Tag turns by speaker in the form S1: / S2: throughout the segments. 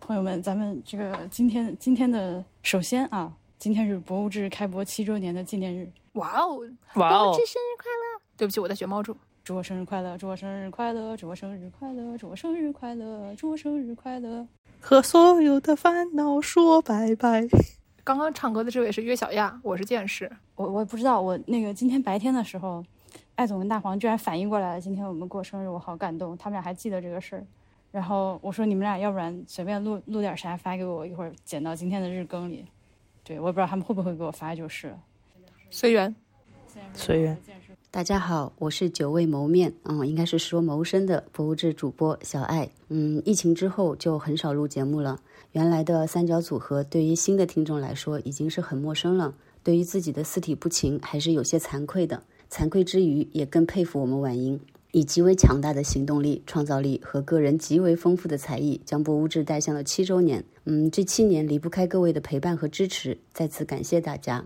S1: 朋友们，咱们这个今天今天的首先啊，今天是博物志开播七周年的纪念日，
S2: 哇哦，
S3: 哇哦
S2: 博物志生日快乐！对不起，我在学猫住。
S1: 祝我生日快乐，祝我生日快乐，祝我生日快乐，祝我生日快乐，祝我生日快乐。
S3: 和所有的烦恼说拜拜。
S2: 刚刚唱歌的这位是岳小亚，我是剑士。
S1: 我我也不知道，我那个今天白天的时候，艾总跟大黄居然反应过来了，今天我们过生日，我好感动，他们俩还记得这个事儿。然后我说你们俩要不然随便录录点啥发给我，一会儿剪到今天的日更里。对，我也不知道他们会不会给我发就是了。
S2: 随缘，
S3: 随缘。
S4: 大家好，我是久未谋面，嗯，应该是说谋生的博物志主播小爱。嗯，疫情之后就很少录节目了。原来的三角组合对于新的听众来说已经是很陌生了，对于自己的四体不勤还是有些惭愧的。惭愧之余，也更佩服我们婉莹，以极为强大的行动力、创造力和个人极为丰富的才艺，将博物志带向了七周年。嗯，这七年离不开各位的陪伴和支持，再次感谢大家。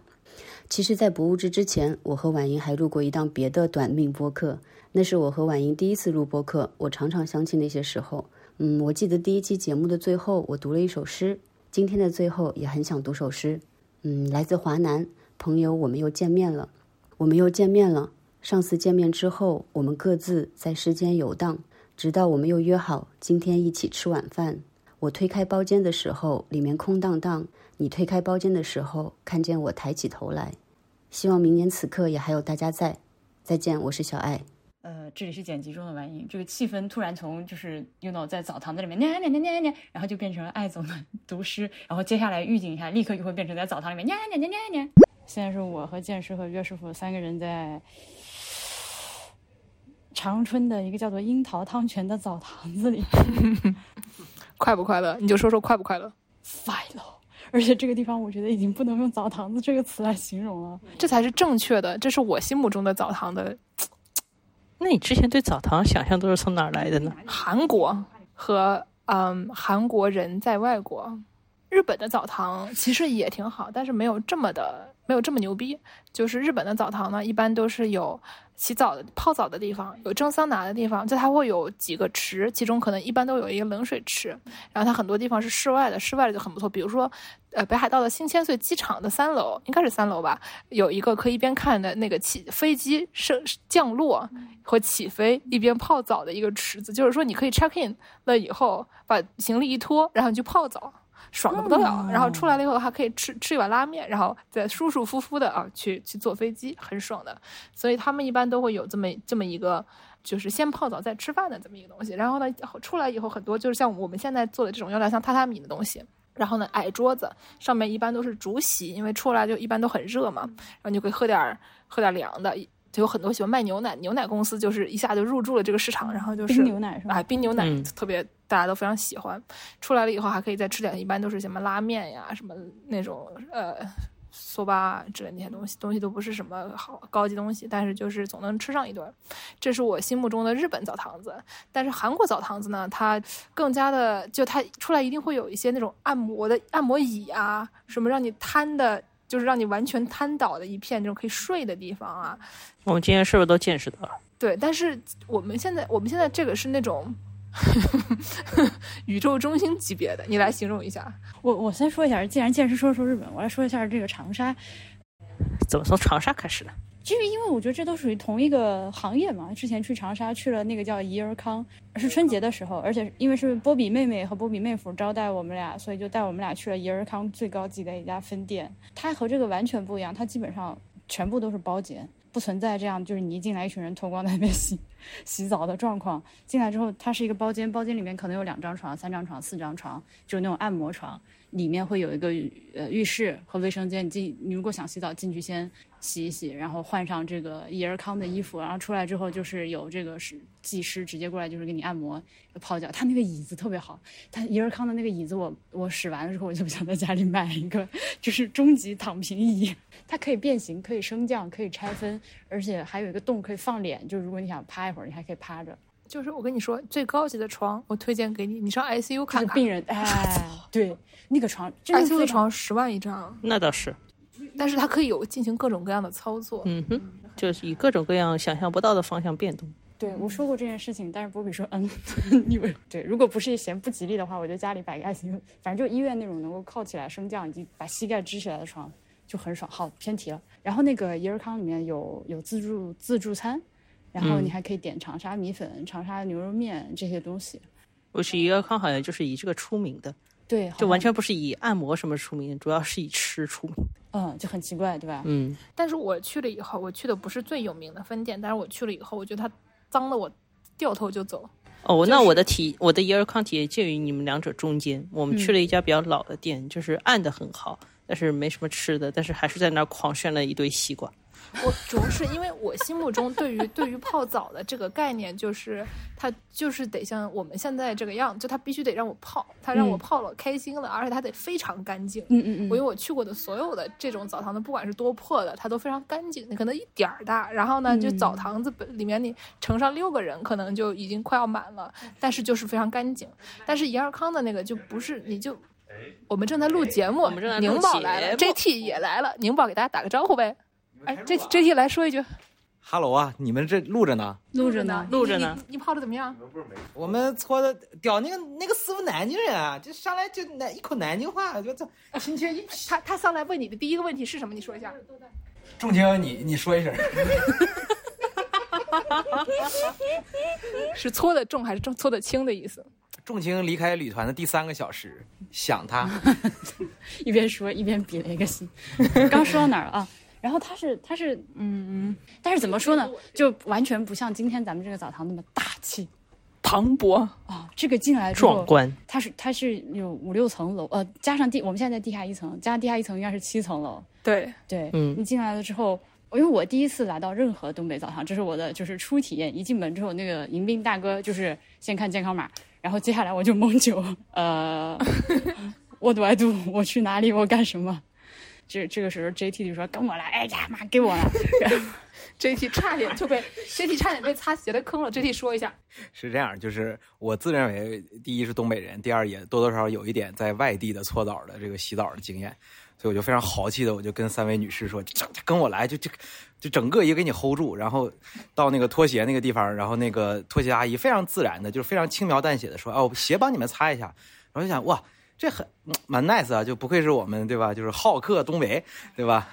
S4: 其实，在不物志之前，我和婉莹还录过一档别的短命播客，那是我和婉莹第一次录播客。我常常想起那些时候，嗯，我记得第一期节目的最后，我读了一首诗。今天的最后，也很想读首诗。嗯，来自华南朋友，我们又见面了，我们又见面了。上次见面之后，我们各自在世间游荡，直到我们又约好今天一起吃晚饭。我推开包间的时候，里面空荡荡；你推开包间的时候，看见我抬起头来。希望明年此刻也还有大家在。再见，我是小爱。
S5: 呃，这里是剪辑中的玩音，这个气氛突然从就是用到在澡堂子里面念念念念念，然后就变成了艾总的 读诗，然后接下来预警一下，立刻就会变成在澡堂里面念念念念念。
S1: 现在是我和剑师和岳师傅三个人在长春的一个叫做樱桃汤泉的澡堂子里
S2: 快不快乐？你就说说快不快乐。
S1: 快乐，而且这个地方我觉得已经不能用澡堂子这个词来形容了。
S2: 这才是正确的，这是我心目中的澡堂的
S3: 那你之前对澡堂想象都是从哪儿来的呢？
S2: 韩国和嗯韩国人在外国，日本的澡堂其实也挺好，但是没有这么的没有这么牛逼。就是日本的澡堂呢，一般都是有洗澡的、泡澡的地方，有蒸桑拿的地方，就它会有几个池，其中可能一般都有一个冷水池，然后它很多地方是室外的，室外的就很不错。比如说，呃，北海道的新千岁机场的三楼，应该是三楼吧，有一个可以一边看的那个起飞机升降落和起飞，一边泡澡的一个池子，就是说你可以 check in 了以后，把行李一拖，然后你去泡澡。爽的不得了，然后出来了以后还可以吃吃一碗拉面，然后再舒舒服服的啊去去坐飞机，很爽的。所以他们一般都会有这么这么一个，就是先泡澡再吃饭的这么一个东西。然后呢，出来以后很多就是像我们现在做的这种有点像榻榻米的东西。然后呢，矮桌子上面一般都是竹席，因为出来就一般都很热嘛，
S1: 嗯
S2: 然后你就可以喝点儿喝点儿凉的。就有很多喜欢卖牛奶，牛奶公司就是一下就入驻了这个市场，然后就是
S1: 冰牛奶是吧
S2: 啊，冰牛奶
S3: 嗯
S2: 特别大家都非常喜欢。出来了以后还可以再吃点，一般都是什么拉面呀，什么那种呃。索巴啊之类的那些东西，东西都不是什么好高级东西，但是就是总能吃上一顿，这是我心目中的日本澡堂子。但是韩国澡堂子呢，它更加的，就它出来一定会有一些那种按摩的按摩椅啊，什么让你瘫的，就是让你完全瘫倒的一片这种可以睡的地方啊，
S3: 我们今天是不是都见识到了？
S2: 对，但是我们现在我们现在这个是那种宇宙中心级别的，你来形容一下。
S1: 我我先说一下，既然剑师说说日本，我来说一下这个长沙，
S3: 怎么从长沙开始的？
S1: 就是因为我觉得这都属于同一个行业嘛。之前去长沙去了那个叫怡儿康，是春节的时候，而且因为是波比妹妹和波比妹夫招待我们俩，所以就带我们俩去了怡儿康最高级的一家分店。它和这个完全不一样，它基本上全部都是包间，不存在这样就是你一进来一群人脱光在那边洗洗澡的状况。进来之后，它是一个包间，包间里面可能有两张床、三张床、四张床，就是那种按摩床。里面会有一个呃浴室和卫生间，你进你如果想洗澡进去先洗一洗，然后换上这个怡儿康的衣服，然后出来之后就是有这个是技师直接过来就是给你按摩泡脚。他那个椅子特别好，他怡儿康的那个椅子我我使完了之后我就不想在家里买一个，就是终极躺平椅，它可以变形，可以升降，可以拆分，而且还有一个洞可以放脸，就如果你想趴一会儿，你还可以趴着。
S2: 就是我跟你说，最高级的床我推荐给你，你上 ICU
S1: 这
S2: 看
S1: 个
S2: 看。
S1: 病 人哎，对，那个床真的
S2: ICU
S1: 非
S2: 的
S1: 常
S2: 床十万一张，
S3: 那倒是，
S2: 但是它可以有进行各种各样的操作。
S3: 嗯哼，就是以各种各样想象不到的方向变动。
S1: 对我说过这件事情，但是波比说，嗯， 你们对，如果不是嫌不吉利的话，我就家里摆个爱心，反正就医院那种能够靠起来升降以及把膝盖支起来的床就很爽。好，偏题了。然后那个怡儿康里面有有自助自助餐，然后你
S3: 嗯
S1: 还可以点长沙米粉、长沙牛肉面这些东西。
S3: 我是怡尔康好像就是以这个出名的，
S1: 对，好
S3: 就完
S1: 像
S3: 全不是以按摩什么出名，主要是以吃出名。
S1: 嗯，就很奇怪，对吧？
S3: 嗯，
S2: 但是我去了以后，我去的不是最有名的分店，但是我去了以后，我觉得它脏的我掉头就走。
S3: 哦，那
S2: 就是
S3: 我的体我的怡尔康体验介于你们两者中间。我们去了一家比较老的店，就是按的很好，但是没什么吃的，但是还是在那儿狂炫了一堆西瓜。
S2: 我主要是因为我心目中对于对于泡澡的这个概念，就是它就是得像我们现在这个样，就它必须得让我泡，它让我
S1: 嗯
S2: 泡了、开心了，而且它得非常干净。
S1: 嗯嗯嗯，
S2: 我因为我去过的所有的这种澡堂子，不管是多破的，它都非常干净，你可能一点儿大。然后呢，就
S1: 嗯
S2: 澡堂子本里面你乘上六个人，可能就已经快要满了，但是就是非常干净。但是怡尔康的那个就不是，你就我们正在录节目
S3: 我们正在，录
S2: 宁宝来了
S3: 节目
S2: ，JT 也来了，宁宝给大家打个招呼呗。哎，JT JT 来说一句，
S6: 哈喽啊，你们这录着呢？
S1: 录着呢，
S3: 录着呢
S2: 你，你你泡的怎么样？
S6: 我们搓的屌那个那个师傅南京人啊，就上来就南一口南京话，就这亲切一批。
S2: 他他上来问你的第一个问题是什么？你说一下。
S6: 仲青，你你说一声，
S2: 是搓的重还是重搓的轻的意思？
S6: 仲青离开旅团的第三个小时，想他，
S1: 一边说一边比了一个心。刚说到哪儿了啊？然后他是他是嗯嗯，但是怎么说呢，就完全不像今天咱们这个澡堂那么大气
S2: 磅礴，
S1: 啊。这个进来之后
S3: 壮，观。
S1: 它是它是有五六层楼，呃，加上地我们现在在地下一层，加上地下一层应该是七层楼。
S2: 对，
S1: 对，
S3: 嗯
S1: 你进来了之后，因为我第一次来到任何东北澡堂，这是我的就是初体验。一进门之后，那个迎宾大哥就是先看健康码，然后接下来我就懵酒， 呃，what do I do？我去哪里？我干什么？这这个时候，JT 就说：“跟我来，哎呀妈，给我来！
S2: JT 差点 就被 JT 差点被擦鞋的坑了。JT 说一下，
S6: 是这样，就是我自认为，第一是东北人，第二也多多少少有一点在外地的搓澡的这个洗澡的经验，所以我就非常豪气的，我就跟三位女士说，这这跟我来，就这就整个一个给你 hold 住，然后到那个拖鞋那个地方，然后那个拖鞋阿姨非常自然的，就是非常轻描淡写的说，哦，我鞋帮你们擦一下，然后就想哇，这很嗯蛮 nice 啊，就不愧是我们对吧，就是好客东北对吧？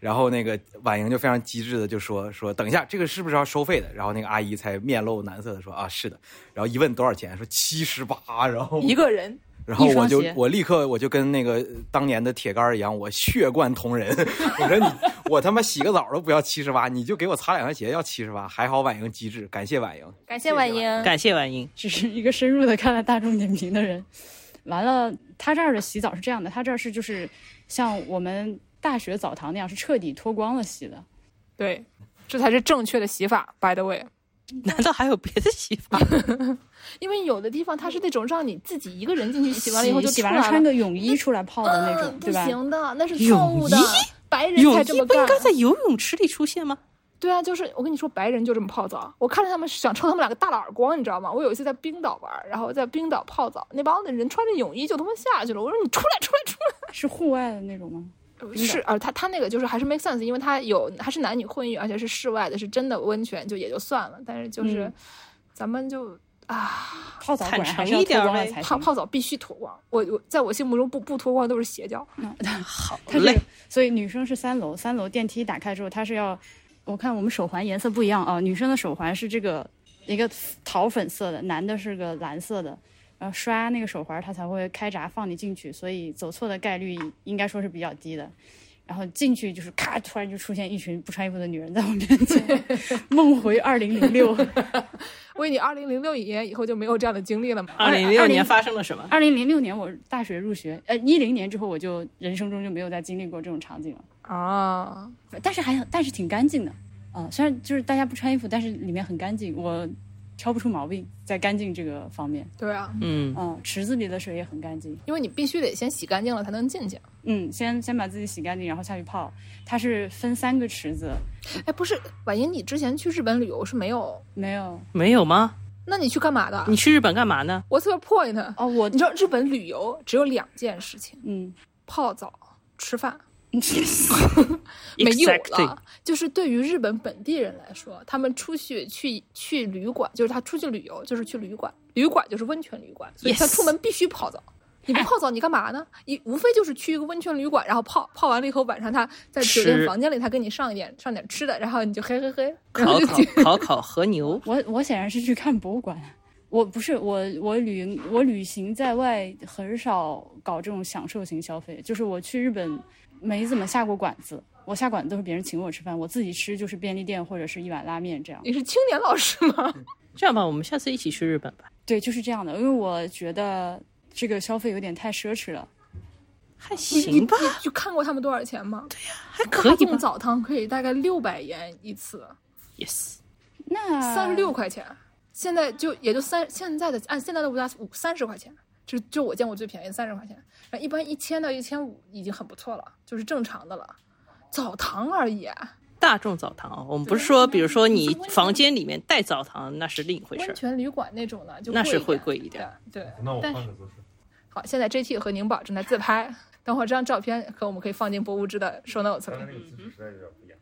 S6: 然后那个婉莹就非常机智的就说说等一下，这个是不是要收费的？然后那个阿姨才面露难色的说啊是的，然后一问多少钱，说七十八，然后
S2: 一个人
S6: 然后
S1: 一
S6: 我
S1: 双
S6: 就
S1: 鞋
S6: 我立刻我就跟那个当年的铁杆儿一样，我血贯同仁， 我说你我他妈洗个澡都不要七十八，你就给我擦两双鞋要七十八，还好婉莹机智，感谢婉莹。
S2: 感谢婉莹，
S3: 感谢婉莹”，
S1: 只是一个深入的看了大众点评的人。完了，他这儿的洗澡是这样的，他这儿是就是像我们大学澡堂那样，是彻底脱光了洗的。
S2: 对，这才是正确的洗法。By the way，
S3: 难道还有别的洗法？
S2: 因为有的地方它是那种让你自己一个人进去洗完了以后就
S1: 洗
S2: 出
S1: 完
S2: 来
S1: 了
S2: 了，
S1: 穿个泳衣出来泡的那种，
S2: 嗯
S1: 对
S2: 不
S1: 吧？哎
S2: 行的，那是错
S3: 泳
S2: 误的
S3: 衣。
S2: 白人
S3: 泳
S2: 才
S3: 衣
S2: 这么
S3: 不应
S2: 干，啊
S3: 该在游泳池里出现吗？
S2: 对啊，就是我跟你说，白人就这么泡澡。我看着他们想抽他们两个大耳光，你知道吗？我有一次在冰岛玩，然后在冰岛泡澡，那帮子人穿着泳衣就他妈下去了。我说你出来，出来，出来！
S1: 是户外的那种吗？
S2: 是啊，他他那个就是还是 make sense，因为他有还是男女混浴，而且是室外的，是真的温泉，就也就算了。但是就是、
S1: 嗯
S2: 咱们就啊，
S1: 泡澡果然还
S3: 坦
S1: 是
S3: 诚
S1: 要
S3: 一点
S1: 脱光了
S3: 呗
S1: 才
S2: 泡
S1: 行。
S2: 泡澡必须脱光。我我在我心目中不不脱光都是邪教。
S3: 好
S1: 它
S3: 嘞
S1: 是，，所以女生是三楼，三楼电梯打开之后，它是要，我看我们手环颜色不一样啊，女生的手环是这个一个桃粉色的，男的是个蓝色的，然后刷那个手环它才会开闸放你进去，所以走错的概率应该说是比较低的。然后进去就是咔，突然就出现一群不穿衣服的女人在我面 前，梦回二零零六。
S2: 为你二零零六年以后就没有这样的经历了吗？
S3: 二零零六年发生了什么？
S1: 二零零六年我大学入学，呃，一零年之后我就人生中就没有再经历过这种场景了。
S2: 啊，
S1: 但是还很但是挺干净的，啊、虽然就是大家不穿衣服，但是里面很干净，我挑不出毛病在干净这个方面，
S2: 对啊，
S3: 嗯，
S1: 嗯、池子里的水也很干净，
S2: 因为你必须得先洗干净了才能进去。
S1: 嗯，先先把自己洗干净，然后下去泡，它是分三个池子，
S2: 哎，不是，婉莹，你之前去日本旅游是没有？
S1: 没有
S3: 没有吗？
S2: 那你去干嘛的
S3: 你去日本干嘛呢？
S2: ？What's your point？
S1: 哦，我
S2: 你知道日本旅游只有两件事情：
S1: 嗯
S2: 泡澡、吃饭。没有啊了。
S3: Exactly
S2: 就是对于日本本地人来说，他们出去去去旅馆，就是他出去旅游就是去旅馆，旅馆就是温泉旅馆，所以他
S3: Yes
S2: 出门必须泡澡。你不泡澡，你干嘛呢？你无非就是去一个温泉旅馆，然后泡泡完了以后，晚上他在酒店
S3: 吃
S2: 房间里，他给你上一点上点吃的，然后你就嘿嘿嘿，然
S3: 烤
S2: 后就
S3: 烤
S2: 去
S3: 烤烤和牛，
S1: 我我显然是去看博物馆，我不是我我旅我旅行在外很少搞这种享受型消费，就是我去日本没怎么下过馆子，我下馆子都是别人请我吃饭，我自己吃就是便利店或者是一碗拉面这样。
S2: 你是青年老师吗？
S3: 这样吧，我们下次一起去日本吧。
S1: 对，就是这样的，因为我觉得这个消费有点太奢侈了。
S3: 还行吧，
S2: 你去看过他们多少钱吗？
S3: 还可
S2: 大
S3: 以
S2: 众
S3: 吧。
S2: 澡堂可以大概六百元一次，
S3: Yes，
S1: 那
S2: 三十六块钱，现在就也就三现在的按现在的物价五三十块钱，就就我见过最便宜三十块钱，然后一般一千到一千五已经很不错了，就是正常的了。澡堂而已，
S3: 大众澡堂啊，我们不是说，比如说你房间里面带澡堂，那是另一回事
S2: 温
S3: 儿。
S2: 泉旅馆那种的就
S3: 那是
S2: 会
S3: 会贵一点。
S2: 对，对
S6: 那我
S2: 但
S6: 换
S2: 是
S6: 个姿势。
S2: 好，现在 JT 和宁宝正在自拍，等会儿这张照片可我们可以放进博物志的 show notes
S6: 刚
S2: 里
S6: 才。那个姿势实在有点不一样。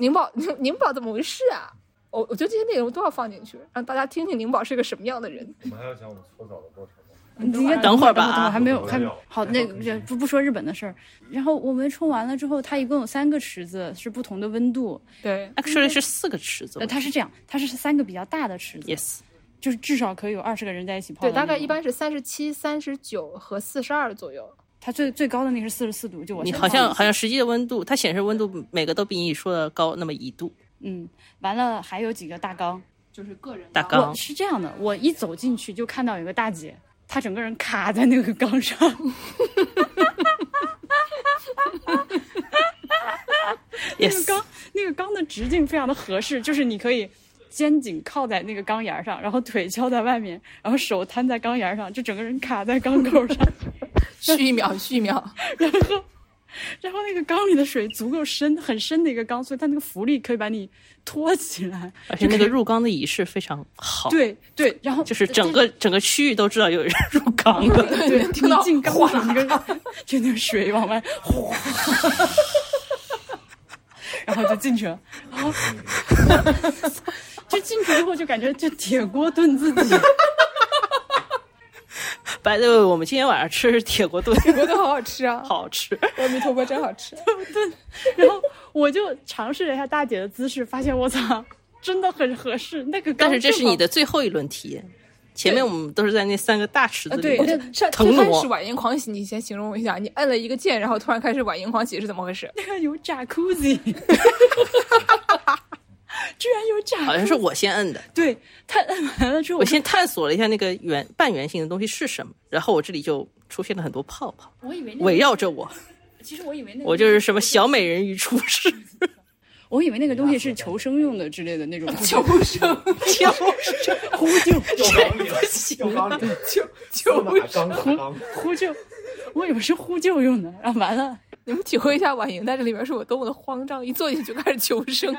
S2: 宁宝，宁宁宝怎么回事啊？我我觉得这些内容都要放进去，让大家听听宁宝是个什么样的人。
S6: 我们还要讲我们搓澡的过程 吗？
S1: 你应该
S3: 等会儿吧
S1: 等会儿还没有
S6: 我
S1: 还没
S6: 要
S1: 好，那个不不说日本的事儿。然后我们冲完了之后，它一共有三个池子，是不同的温度。
S2: 对，
S3: Actually 是四个池子
S1: 呃，它是这样，它是三个比较大的池子，
S3: ，Yes，
S1: 就是至少可以有二十个人在一起泡的
S2: 对，
S1: 那种。
S2: 大概一般是三十七、三十九和四十二左右。
S1: 它最最高的那个是四十四度，就我
S3: 你
S1: 先
S3: 好像
S1: 放
S3: 好像实际的温度，它显示温度每个都比你说的高那么一度。
S1: 嗯，完了还有几个大缸。
S2: 就是个人
S3: 大缸
S1: 我是这样的，我一走进去就看到有个大姐，她整个人卡在那个缸上，那个
S3: Yes，
S1: 缸那个缸的直径非常的合适，就是你可以肩颈靠在那个缸沿儿上，然后腿翘在外面，然后手摊在缸沿儿上，就整个人卡在缸口上，
S2: 续一 秒，续一秒。
S1: 然后那个缸里的水足够深，很深的一个缸，所以它那个浮力可以把你托起来。
S3: 而且那个入缸的仪式非常好，，
S1: 对对，然后
S3: 就是整个整个区域都知道有人 入缸 了。
S1: 对，
S2: 听到
S1: 你进缸的时候，那个就那个水往外哗，然后就进去了，然后就进去之后就感觉就铁锅炖自己，
S3: 白的，我们今天晚上吃铁锅炖，
S2: 我觉得好好吃 啊！
S3: 好吃。
S2: 阿弥陀佛，真好 吃。
S1: 然后我就尝试了一下大姐的姿势，发现我操，真的很合适。那个缸
S3: 但是这
S1: 正
S3: 是你
S1: 好
S3: 的最后一轮体验，前面我们都是在那三个大池子
S1: 啊
S3: 里
S1: 对
S3: 面
S1: 那
S2: 上
S3: 腾
S2: 最开
S3: 挪
S2: 始晚宴狂喜，你先形容一下，你摁了一个键，然后突然开始晚宴狂喜是怎么回 事？
S1: 居然有 jacuzzi，居然有 j
S3: 好像是我先摁的，
S1: 对他摁完了之后，
S3: 我先探索了一下那个圆半圆形的东西是什么，然后我这里就出现了很多泡泡，
S5: 我以为那
S3: 围绕着我，
S5: 其实我以为那
S3: 我就是什么小美人鱼厨师，
S1: 我以为那个东西是求生用的之类的那种，
S2: 求 生，
S3: 跳
S1: 呼救
S6: 掉缸里了，掉缸哎里了，就就打缸打缸。
S1: 呼救，我以为是呼救用的，然后完了。
S2: 你们体会一下晚宴在这里面是我多么的慌张，一坐进去就开始求 生。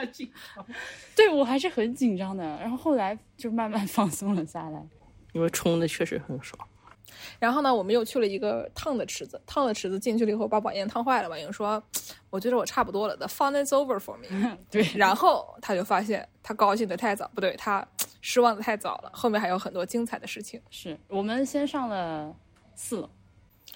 S1: 对我还是很紧张的，然后后来就慢慢 放松了下来。
S3: 因为冲的确实很爽。
S2: 然后呢，我们又去了一个烫的池子，烫的池子进去了以后，把晚宴烫坏了。晚宴说：“ 我觉得我差不多了，The fun is over for me。”
S1: 嗯对，
S2: 然后他就发现他高兴的太早，不对，他失望的太早了。后面还有很多精彩的事情
S1: 是我们先上了四楼，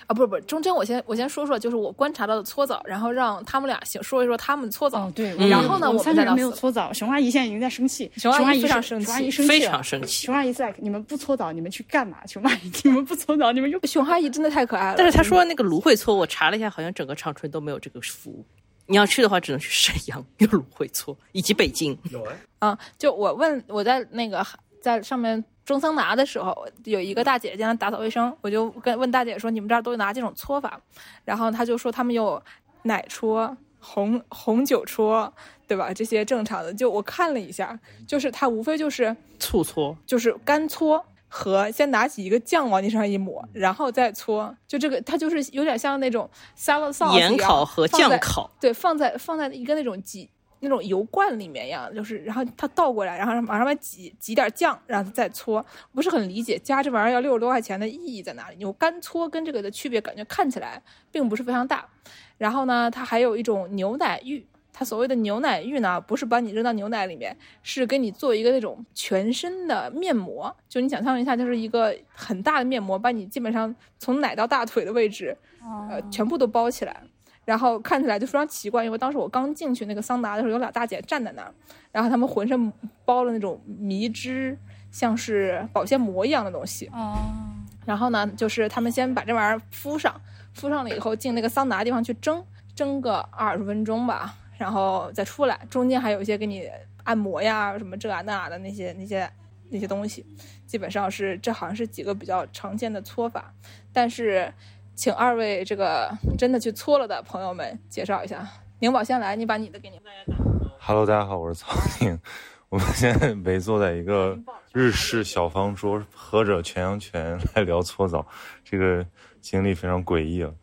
S2: 啊！不是不是，中间我先我先说说，就是我观察到的搓澡，然后让他们俩先说一说他们搓澡。
S1: 哦，对，
S3: 嗯
S1: 然
S3: 然
S1: 后
S2: 后
S1: 呢，
S2: 呢
S1: 我们
S2: 我们
S1: 三个
S2: 再
S1: 人
S2: 到
S1: 没有
S2: 四楼
S1: 熊阿姨现在已经在生气，
S2: 熊阿姨
S1: 阿
S2: 非
S1: 是
S2: 常生
S1: 熊阿
S2: 气
S1: 姨生气啊
S3: 非
S1: 了
S3: 常生气
S1: 熊阿姨在，你们不搓澡，你们去干嘛？熊阿姨，你们不搓澡，你们又
S2: 熊阿姨真的太可爱了，
S3: 但是他说那个芦荟搓，我查了一下，好像整个长春都没有这个服务。你要去的话，只能去沈阳有芦荟搓，以及北京。
S6: 有哎，
S2: 啊，就我问我在那个在上面蒸桑拿的时候，有一个大姐在那打扫卫生，我就跟问大姐说你们这儿都拿这种搓法，然后她就说他们有奶搓、红红酒搓，对吧？这些正常的，就我看了一下，就是它无非就是
S3: 醋搓，
S2: 就是干搓。和先拿起一个酱往你身上一抹，
S3: 嗯
S2: 然后再搓，就这个它就是有点像那种 salad sauce
S3: 盐
S2: 一样
S3: 烤和
S2: 啊放在
S3: 酱烤，
S2: 对，放在放在一个那种挤那种油罐里面一样，就是然后它倒过来，然后往上面挤挤点酱，然后再搓。不是很理解加这玩意儿要六十多块钱的意义在哪里？牛干搓跟这个的区别感觉看起来并不是非常大。然后呢，它还有一种牛奶浴。它所谓的牛奶浴呢，不是把你扔到牛奶里面，是给你做一个那种全身的面膜，就你想象一下，就是一个很大的面膜，把你基本上从奶到大腿的位置，呃，全部都包起来。然后看起来就非常奇怪，因为当时我刚进去那个桑拿的时候，有俩大姐站在那儿，然后她们浑身包了那种迷之，像是保鲜膜一样的东西。
S1: 啊，
S2: 然后呢，就是她们先把这玩意儿敷上，敷上了以后进那个桑拿地方去蒸，蒸个二十分钟吧，然后再出来。中间还有一些给你按摩呀，什么这啊那啊的那些那些那些东西，基本上是这好像是几个比较常见的搓法，但是。请二位这个真的去搓了的朋友们介绍一下。宁宝先来，你把你的给你们。
S7: Hello，大家好，我是曹宁。我们现在围坐在一个日式小方桌，喝着全羊泉来聊搓澡，这个经历非常诡异了。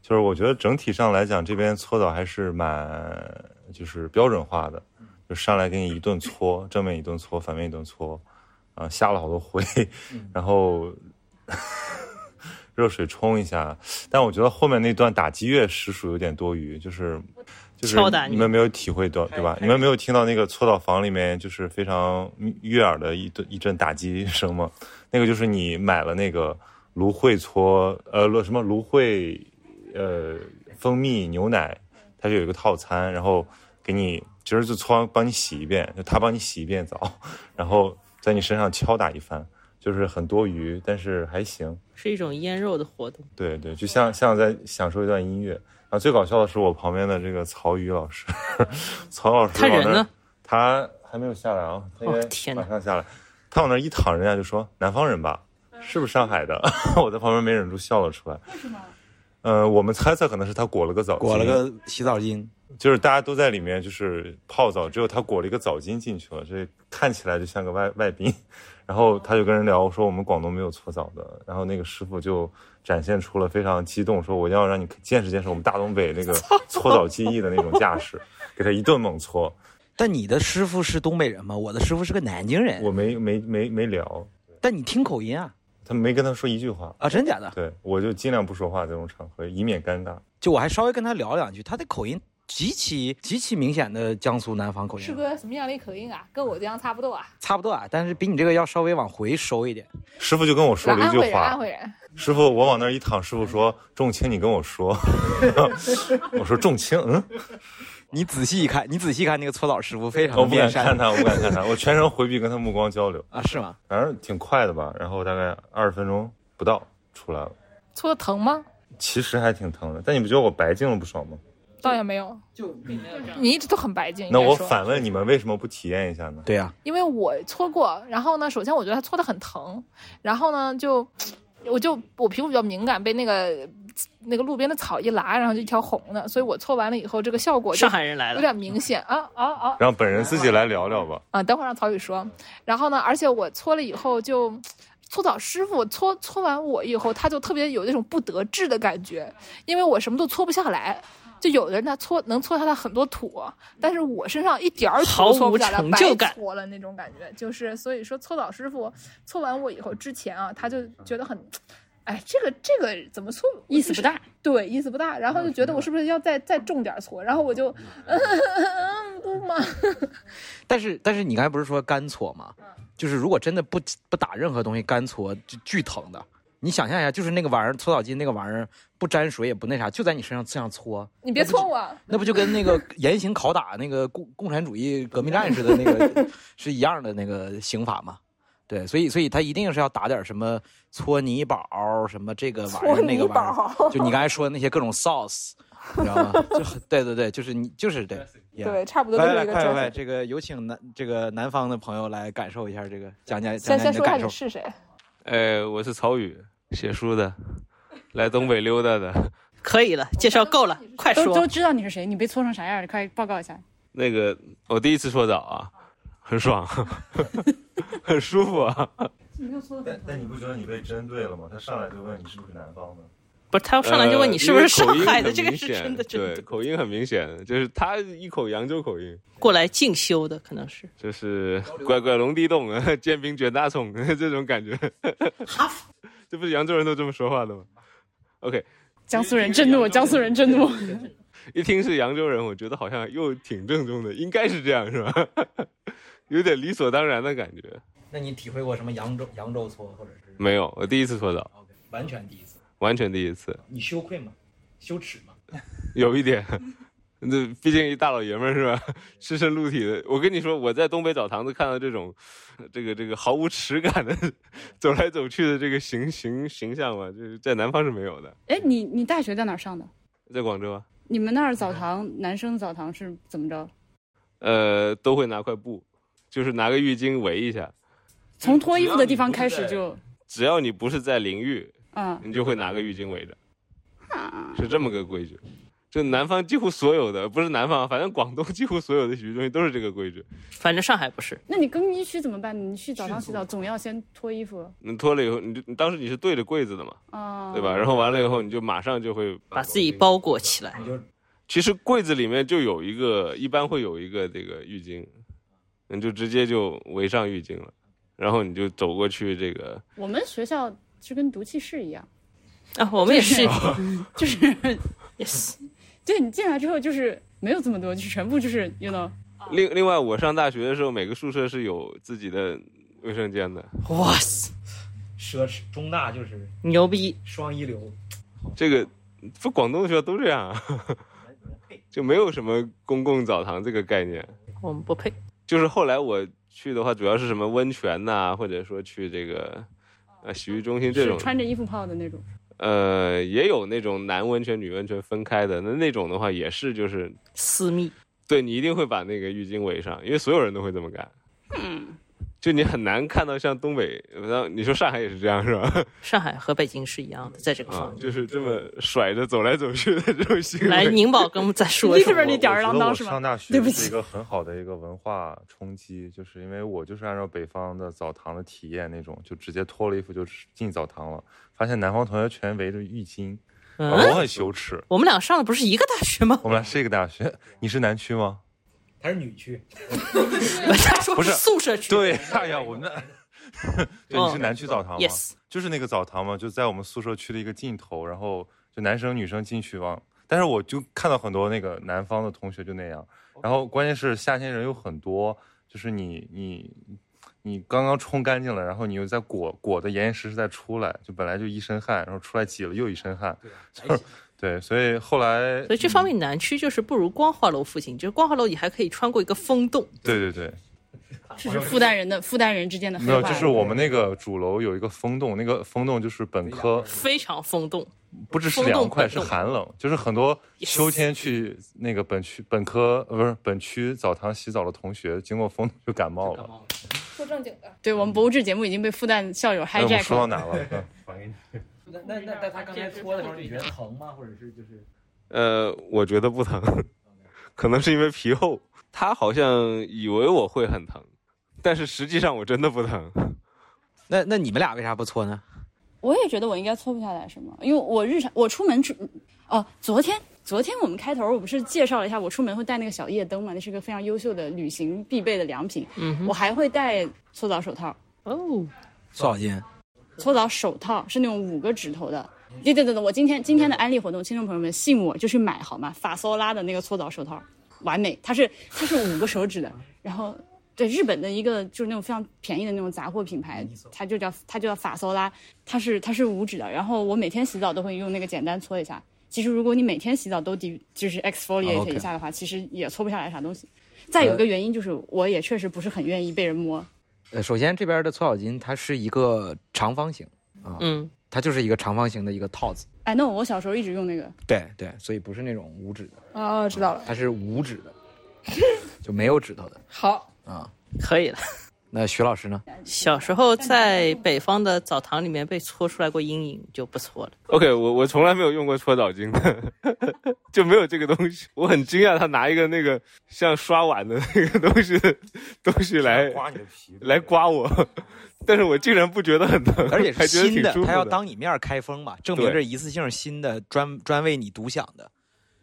S7: 就是我觉得整体上来讲，这边搓澡还是蛮就是标准化的，就上来给你一顿搓，
S3: 嗯
S7: 正面一顿搓，反面一顿搓，啊，下了好多回，
S3: 嗯
S7: 然后 热水冲一下。但我觉得后面那段打击乐实属有点多余，就是就是
S3: 敲打你
S7: 你们没有体会到对吧？你们没有听到那个搓澡房里面就是非常悦耳的一顿一阵打击声吗？那个就是你买了那个芦荟搓呃芦什么芦荟呃蜂蜜牛奶，它是有一个套餐，然后给你其实就搓帮你洗一遍， 就他帮你洗一遍澡， 然后在你身上敲打一番，就是很多余，但是还行。
S3: 是一种腌肉的活动。
S7: 对对，就像像在享受一段音乐。然后最搞笑的是我旁边的这个曹宇老师， 曹老师
S3: 他人
S7: 往那儿
S3: 呢？
S7: 他还没有下来啊，他应
S3: 哦
S7: 该
S3: 天哪
S7: 马上下来。他往那儿一躺，人家就说南方人吧，是不是上海的？ 我在旁边没忍住笑了出来。嗯为什么？呃，我们猜测可能是他裹了个澡巾，
S8: 裹了个洗澡巾，
S7: 就是大家都在里面就是泡澡，只有他裹了一个澡巾进去了，这看起来就像个外外宾。然后他就跟人聊，说我们广东没有搓澡的。然后那个师傅就展现出了非常激动，说我要让你见识见识我们大东北那个搓澡技艺的那种 架势，给他一顿猛搓。
S6: 但你的师傅是东北人吗？我的师傅是个南京人。
S7: 我没没没没聊，
S6: 但你听口音啊
S7: 他没跟他说一句话。
S6: 啊，真假的？
S7: 对我就尽量不说话这种场合，以免尴尬。
S6: 就我还稍微跟他聊两句，他的口音极其极其明显的江苏南方口
S9: 是
S6: 音，
S9: 个什么样的口音啊？跟我这样差不多啊。
S6: 差不多啊，但是比你这个要稍微往回收一点。
S7: 师傅就跟我说了一
S2: 安
S7: 句
S2: 徽人，
S7: 话
S2: 安，徽人，
S7: 师傅，我往那儿一躺，师傅说：“仲卿，你跟我说。” 我说：“仲卿，嗯，
S6: 你仔细一看，你仔细看那个搓澡师傅非
S7: 我
S6: 常
S7: 不敢
S6: 面
S7: 看
S6: 善
S7: 他，我不敢看他，我全程回避跟他目光交流，
S6: 啊，是吗？
S7: 反正挺快的吧。然后大概二十分钟不到出来了，
S2: 搓的疼吗？
S7: 其实还挺疼的。但你不觉得我白净了不少吗？
S2: 倒也没有，就你一直都很白净。
S7: 那
S2: 应该
S7: 我
S2: 说
S7: 反问你们，为什么不体验一下呢？
S6: 对啊呀、
S2: 因为我搓过，然后呢，首先我觉得它搓的很疼，然后呢，就我就我皮肤比较敏感，被那个那个路边的草一拉，然后就一条红的，所以我搓完了以后，这个效果就
S3: 上海人来
S2: 有
S3: 了，
S2: 点明显啊啊啊
S7: 让本人自己来聊聊吧。
S2: 啊！等会儿让曹宇说。然后呢，而且我搓了以后就。搓澡师傅搓搓完我以后，他就特别有那种不得志的感觉，因为我什么都搓不下来。就有的人他搓能搓下来很多土，但是我身上一点儿土
S3: 毫
S2: 都搓不
S3: 无
S2: 下来，
S3: 成就
S2: 白
S3: 感
S2: 搓了那种感觉。就是所以说，搓澡师傅搓完我以后之前啊，他就觉得很，哎，这个这个怎么搓
S1: 意思不大，
S2: 对，意思不大，然后就觉得我是不是要再再重点搓，然后我就，嗯嗯不嘛，
S6: 但是但是你刚才不是说干搓吗？就是如果真的不不打任何东西干搓，就巨疼的。你想象一下，就是那个玩意儿搓澡巾那个玩意儿不沾水也不那啥，就在你身上这样搓，
S2: 你别搓我，
S6: 那不就跟那个严刑拷打那个共共产主义革命战士的那 个是一样的那个刑法吗？对，所以所以他一定是要打点什么搓泥宝儿什么这个玩意儿那个玩意儿，就你刚才说的那些各种 sauce，你知道吗？就很对对对，就是你就是对。Yeah
S2: 对，差不多就
S6: 来
S2: 是
S6: 来来，
S2: 一个
S6: 快快快！
S2: 这。
S6: 这个有请南这个南方的朋友来感受一下这个，讲讲讲
S2: 先
S6: 讲
S2: 先
S6: 你
S2: 说
S6: 的
S2: 一下
S6: 感
S2: 你
S6: 受。
S2: 是谁，
S10: 呃，我是曹宇，写书的，来东北溜达的。
S3: 可以了，介绍够了，快
S1: 都都
S3: 说。
S1: 知道你是谁，你被搓成啥样了？快报告一下。
S10: 那个，我第一次搓澡啊，很爽， 很舒服啊。
S7: 但但你不觉得你被针对了吗？他上来就问你是不是南方的，
S3: 不是他上来就问你
S10: 呃
S3: 是不
S10: 因
S3: 是
S10: 为
S3: 上
S10: 口音
S3: 海
S10: 很
S3: 的，这个
S10: 明
S3: 是
S10: 显
S3: 真的，真
S10: 对，
S3: 的
S10: 口音很明显，就是他一口扬州口音，
S3: 过来进修的可能是。
S10: 就是拐拐龙地洞，煎饼卷大葱 这种感觉。 这不是扬州人都这么说话的吗？OK，
S5: 江苏人震怒，江苏人震怒。
S10: 一听是扬州人，我觉得好像又挺正宗的，应该是这样是吧？ 有点理所当然的感觉。
S8: 那你体会过什么扬州扬州搓，或者是
S10: 没有，我第一次搓澡，
S8: OK，完全第一次？
S10: 完全第一次，
S8: 你羞愧吗？羞耻吗？
S10: 有一点。 那毕竟一大老爷们儿是吧？ 赤身露体的，我跟你说，我在东北澡堂子看到这种，这个这个毫无耻感的 走来走去的这个形形形象嘛，就是在南方是没有的，
S1: 哎，你你大学在哪儿上的？
S10: 在广州啊，
S1: 你们那儿澡堂，男生的澡堂是怎么着？
S10: 呃，都会拿块布，就是拿个浴巾围一下，
S1: 从脱衣服的地方开始就
S10: 只要你不是在淋浴，
S1: 啊，
S10: 嗯你就会拿个浴巾围着，是这么个规矩。就南方几乎所有的，不是南方，反正广东几乎所有的洗浴中心都是这个规矩。
S3: 反正上海不
S10: 呃
S3: 是，
S1: 那你更衣区怎么办？你去澡堂洗澡总要先脱衣服
S10: 你脱了以后，你就你当时你是对着柜子的嘛，
S1: 啊，
S10: 对吧？？然后完了以后，你就马上就会
S3: 哦把自己。包裹起来。
S10: 其实柜子里面就有一个，一般会有一个这个浴巾，你就直接就围上浴巾了，然后你就走过去这个
S1: 我们学校是跟毒气室一样，
S3: 啊，我们也是，
S1: 就是
S3: yes，
S1: 对你进来之后就是没有这么多，就是全部就是 you know
S3: 哦
S10: 另另外，我上大学的时候，每个宿舍是有自己的卫生间的。
S3: 哇塞，
S6: 奢侈中大就是
S3: 牛逼！
S6: 双一流，
S10: 这个不，广东的学校都这样啊， 就没有什么公共澡堂这个概念。
S3: 我们不配。
S10: 就是后来我去的话，主要是什么温泉呐、或者说去这个
S3: 哦
S10: 呃洗浴中心这
S1: 是
S10: 种，
S1: 穿着衣服泡的那种。
S10: 呃，也有那种男温泉、女温泉分开的。那那种的话，也是就是
S3: 私密，
S10: 对你一定会把那个浴巾围上，因为所有人都会这么干。就你很难看到像东北，然后你说上海也是这样是吧？
S3: 上海和北京是一样的，在这个
S10: 啊
S3: 方，面。
S10: 就是这么甩着走来走去的这种行为。
S3: 来，宁宝跟我们再说一说。
S1: Literally 吊儿郎当是吧
S7: 我上大
S1: 对
S7: 学
S1: 不起
S7: 是一个很好的一个文化冲击，就是因为我就是按照北方的澡堂的体验那种，就直接脱了衣服就进澡堂了，发现南方同学全围着浴巾，啊
S3: 嗯
S7: 我很羞耻。
S3: 我们俩上的不是一个大学吗？
S7: 我们俩是一个大学，你是南区吗？
S8: 还是女区？
S3: 他说
S7: 不是
S3: 宿舍区。
S7: 对，哎呀，我们那，对，你是
S3: 嗯
S7: 南区澡堂吗？
S3: ，yes，
S7: 就是那个澡堂嘛，就在我们宿舍区的一个尽头，然后就男生女生进去往，但是我就看到很多那个南方的同学就那样，然后关键是夏天人又很多，就是你你你刚刚冲干净了，然后你又再裹裹得严严实实再出来，就本来就一身汗，然后出来挤了又一身汗，就是对，所以后来
S3: 所以这方面南区就是不如光华楼附近，就是光华楼你还可以穿过一个风洞，
S7: 对对对，
S1: 这是复旦人的复旦人之间
S2: 嗯
S1: 的黑
S7: 没有，
S1: 话
S7: 就是我们那个主楼有一个风洞，那个风洞就是本科
S3: 非常风洞。
S7: 不只是
S3: 风
S7: 凉
S3: 洞
S7: 快，
S3: 本
S7: 是
S3: 洞
S7: 寒冷，就是很多
S3: Yes
S7: 秋天去那个本区本科呃不是本区澡堂洗澡的同学，经过风就感冒了。
S9: 说正经的，
S1: 对我们博物志节目已经被复旦校友
S7: 哎，我们
S1: hijack
S7: 说到
S1: 了。
S7: 哪了？嗯
S8: 那那那那他刚才搓的时候，你觉得疼吗？或者是就是
S10: 呃，我觉得不疼， 可能是因为皮厚。他好像以为我会很疼，但是实际上我真的不疼。
S6: 那那你们俩为啥不搓呢？
S1: 我也觉得我应该搓不下来什么，因为我日常我出门出哦，昨天昨天我们开头我不是介绍了一下，我出门会带那个小夜灯嘛，那是个非常优秀的旅行必备的良品。
S3: 嗯
S1: 我
S3: 哼，
S1: 还会戴搓澡手套，
S3: 哦，
S8: 多少斤？
S1: 搓澡手套是那种五个指头的。对对对对，我今天今天的安利活动，听众朋友们信我就去买好吗？法索拉的那个搓澡手套，完美，它是它是五个手指的，然后。对日本的一个就是那种非常便宜的那种杂货品牌，它就叫它就叫法索拉，它是它是五指的。然后我每天洗澡都会用那个简单搓一下。其实如果你每天洗澡都滴就是 exfoliate 一下的话，其实也搓不下来啥东西。再有一个原因就是我也确实不是很愿意被人摸，
S6: 呃，首先这边的搓澡巾它是一个长方形，
S3: 嗯，
S6: 它就是一个长方形的一个套子。
S1: 哎，那我小时候一直用那个，
S6: 对对，所以不是那种五指的，
S2: 哦，知道了。
S6: 它是五指的，就没有指头的
S2: 好，
S6: 啊。
S3: 可以了。
S6: 那徐老 师呢？
S3: 小时候在北方的澡堂里面被搓出来过阴影，就不搓了。
S10: OK，我我从来没有用过搓澡巾的， 就没有这个东西。我很惊讶，他拿一个那个像刷碗的那个东西东西来
S7: 刮你的皮，
S10: 来刮我，但是我竟然不觉得很疼，
S6: 而且
S10: 还
S6: 是
S10: 觉得
S6: 新
S10: 挺
S6: 的
S10: 舒服，
S6: 他要当你面开封嘛，证明
S10: 对
S6: 这一次性新的，专专为你独享的。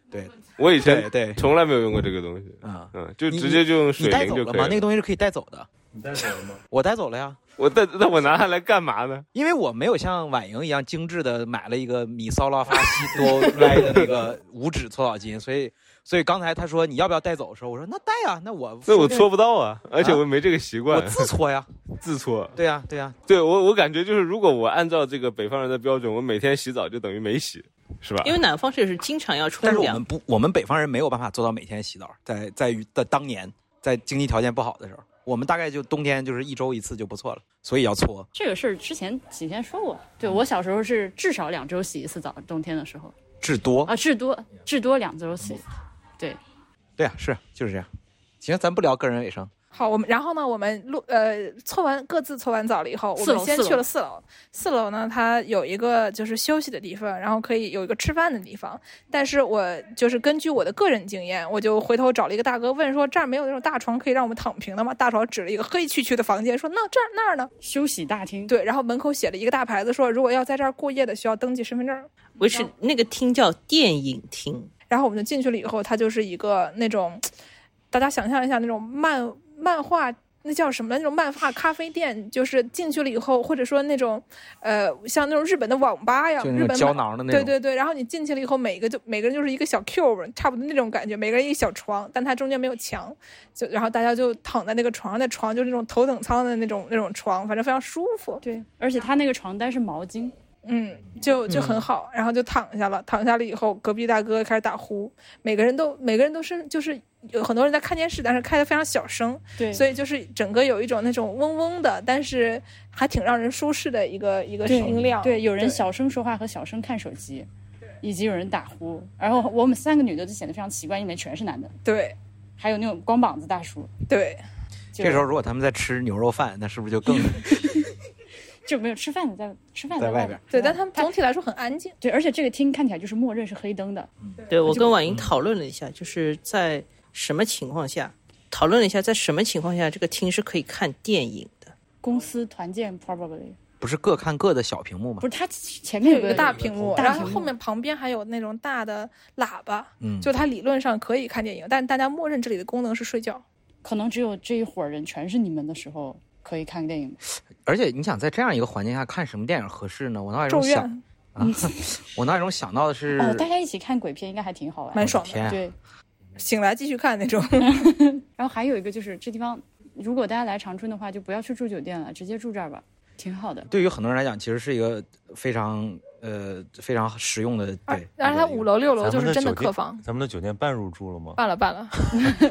S6: 对
S10: 我以
S6: 对
S10: 前
S6: 对，
S10: 从来没有用过这个东西，
S6: 啊，
S10: 嗯，就
S6: 你
S10: 直接就用
S6: 你
S10: 水
S6: 带
S10: 淋
S6: 走
S10: 就
S6: 了
S10: 可以
S6: 吗？那个东西是可以带走的，
S7: 你带走了吗？
S6: 我带走了呀，
S10: 我但那我拿它来干嘛呢？
S6: 因为我没有像婉莹一样精致的买了一个米骚拉发西多莱的那 个五指搓澡巾，所以所以刚才他说你要不要带走的时候，我说那带呀，那我
S10: 那
S6: 说不
S10: 我
S6: 定
S10: 搓不到啊，而且
S6: 啊
S10: 我没这个习惯，
S6: 我自搓呀，
S10: 自搓。
S6: 对呀对呀，
S10: 对我我感觉就是，如果我按照这个北方人的标准，我每天洗澡就等于没洗，是吧？
S3: 因为南方是是经常要冲
S6: 啊但是我
S3: 凉
S6: 们，不，我们北方人没有办法做到每天洗澡，在在于的当年，在经济条件不好的时候，我们大概就冬天就是一周一次就不错了，所以要搓。
S5: 这个事儿之前几天说过，
S6: 嗯
S5: 对我小时候是至少两周洗一次澡，冬天的时候
S6: 至多
S5: 啊，至多至多两周洗。
S6: 对啊，是就是这样。行，咱不聊个人卫生，
S2: 好，我们然后呢，我们录呃搓完各自搓完澡了以后，我
S5: 四
S2: 们
S5: 楼
S2: 先
S5: 四楼
S2: 去了四楼。四楼呢，它有一个就是休息的地方，然后可以有一个吃饭的地方。但是我就是根据我的个人经验，我就回头找了一个大哥问说这儿没有那种大床可以让我们躺平的吗？大床指了一个黑黢黢的房间，说那这儿那儿呢？
S5: 休息大厅，
S2: 对，然后门口写了一个大牌子说如果要在这儿过夜的需要登记身份证。
S3: 维持那个厅叫电影厅，
S2: 然后我们就进去了以后，它就是一个那种，大家想象一下那种漫漫画。那叫什么？那种漫画咖啡店，就是进去了以后，或者说那种，呃，像那种日本的网吧呀，
S6: 就
S2: 日
S6: 那种
S2: 本
S6: 胶
S2: 买
S6: 囊的那
S2: 对
S6: 种。
S2: 对对。然后你进去了以后，每个就每个人就是一个小 cube，差不多那种感觉，每个人一个小床，但它中间没有墙，就然后大家就躺在那个床上，那床就是那种头等舱的那种那种床，反正非常舒服。
S1: 对，
S5: 而且他那个床单是毛巾，
S2: 嗯，就就很好，然后就躺下了。躺下了以后，隔壁大哥开始打呼，每个人都每个人都是就是有很多人在看电视，但是开的非常小声，
S1: 对，
S2: 所
S1: 以
S2: 以就是整个有一种那种嗡嗡的，但是还挺让人舒适的一个一个
S1: 对
S2: 音量。
S1: 对有人小声说话和小声看手机，以及有人打呼，然后我们三个女的就显得非常奇怪，里面全是男的，
S2: 对
S1: 还有那种光膀子大叔，
S2: 对
S1: 就
S6: 这时候如果他们在吃牛肉饭，那是不是就 更
S1: 就没有吃饭的在吃饭
S6: 在
S1: 在
S6: 外
S1: 外
S6: 边嗯
S1: 边，
S2: 对，但他们总体来说很安静。
S1: 对，而且这个厅看起来就是默认是黑灯的，
S3: 对我跟婉莹讨论了一下，就是在什么情况下，讨论了一下在什么情况下这个厅是可以看电影的。
S1: 公司团建 probably
S6: 不是各看各的小屏幕吗
S1: 不？是它前
S2: 它
S1: 面
S2: 有一个大屏幕，然
S1: 大
S2: 后
S1: 屏
S2: 后
S1: 幕
S2: 面旁边还有那种大的喇叭，
S6: 嗯，
S2: 就它理论上可以看电影，但大家默认这里的功能是睡觉。
S1: 可能只有这一伙人全是你们的时候可以看电影，
S6: 而且你想在这样一个环境下看什么电影合适呢？我脑海中
S2: 咒
S6: 想，
S2: 怨
S6: 我脑海中想到的是，
S1: 哦，大家一起看鬼片应该还挺好玩的，
S2: 蛮爽的，
S6: 天啊，
S7: 哎
S1: 对，
S2: 醒来继续看那种。
S1: 然后还有一个就是这地方，如果大家来长春的话，就不要去住酒店了，直接住这儿吧，挺好的。
S6: 对于很多人来讲，其实是一个非常呃非常实用的。
S2: 而
S6: 对，
S2: 而且它
S6: 一个
S2: 五楼六楼
S7: 咱
S2: 就
S7: 们
S2: 是
S7: 的
S2: 真的
S7: 酒
S2: 客
S7: 店
S2: 房，
S7: 咱们的酒店半入住了吗？
S2: 办了 办了，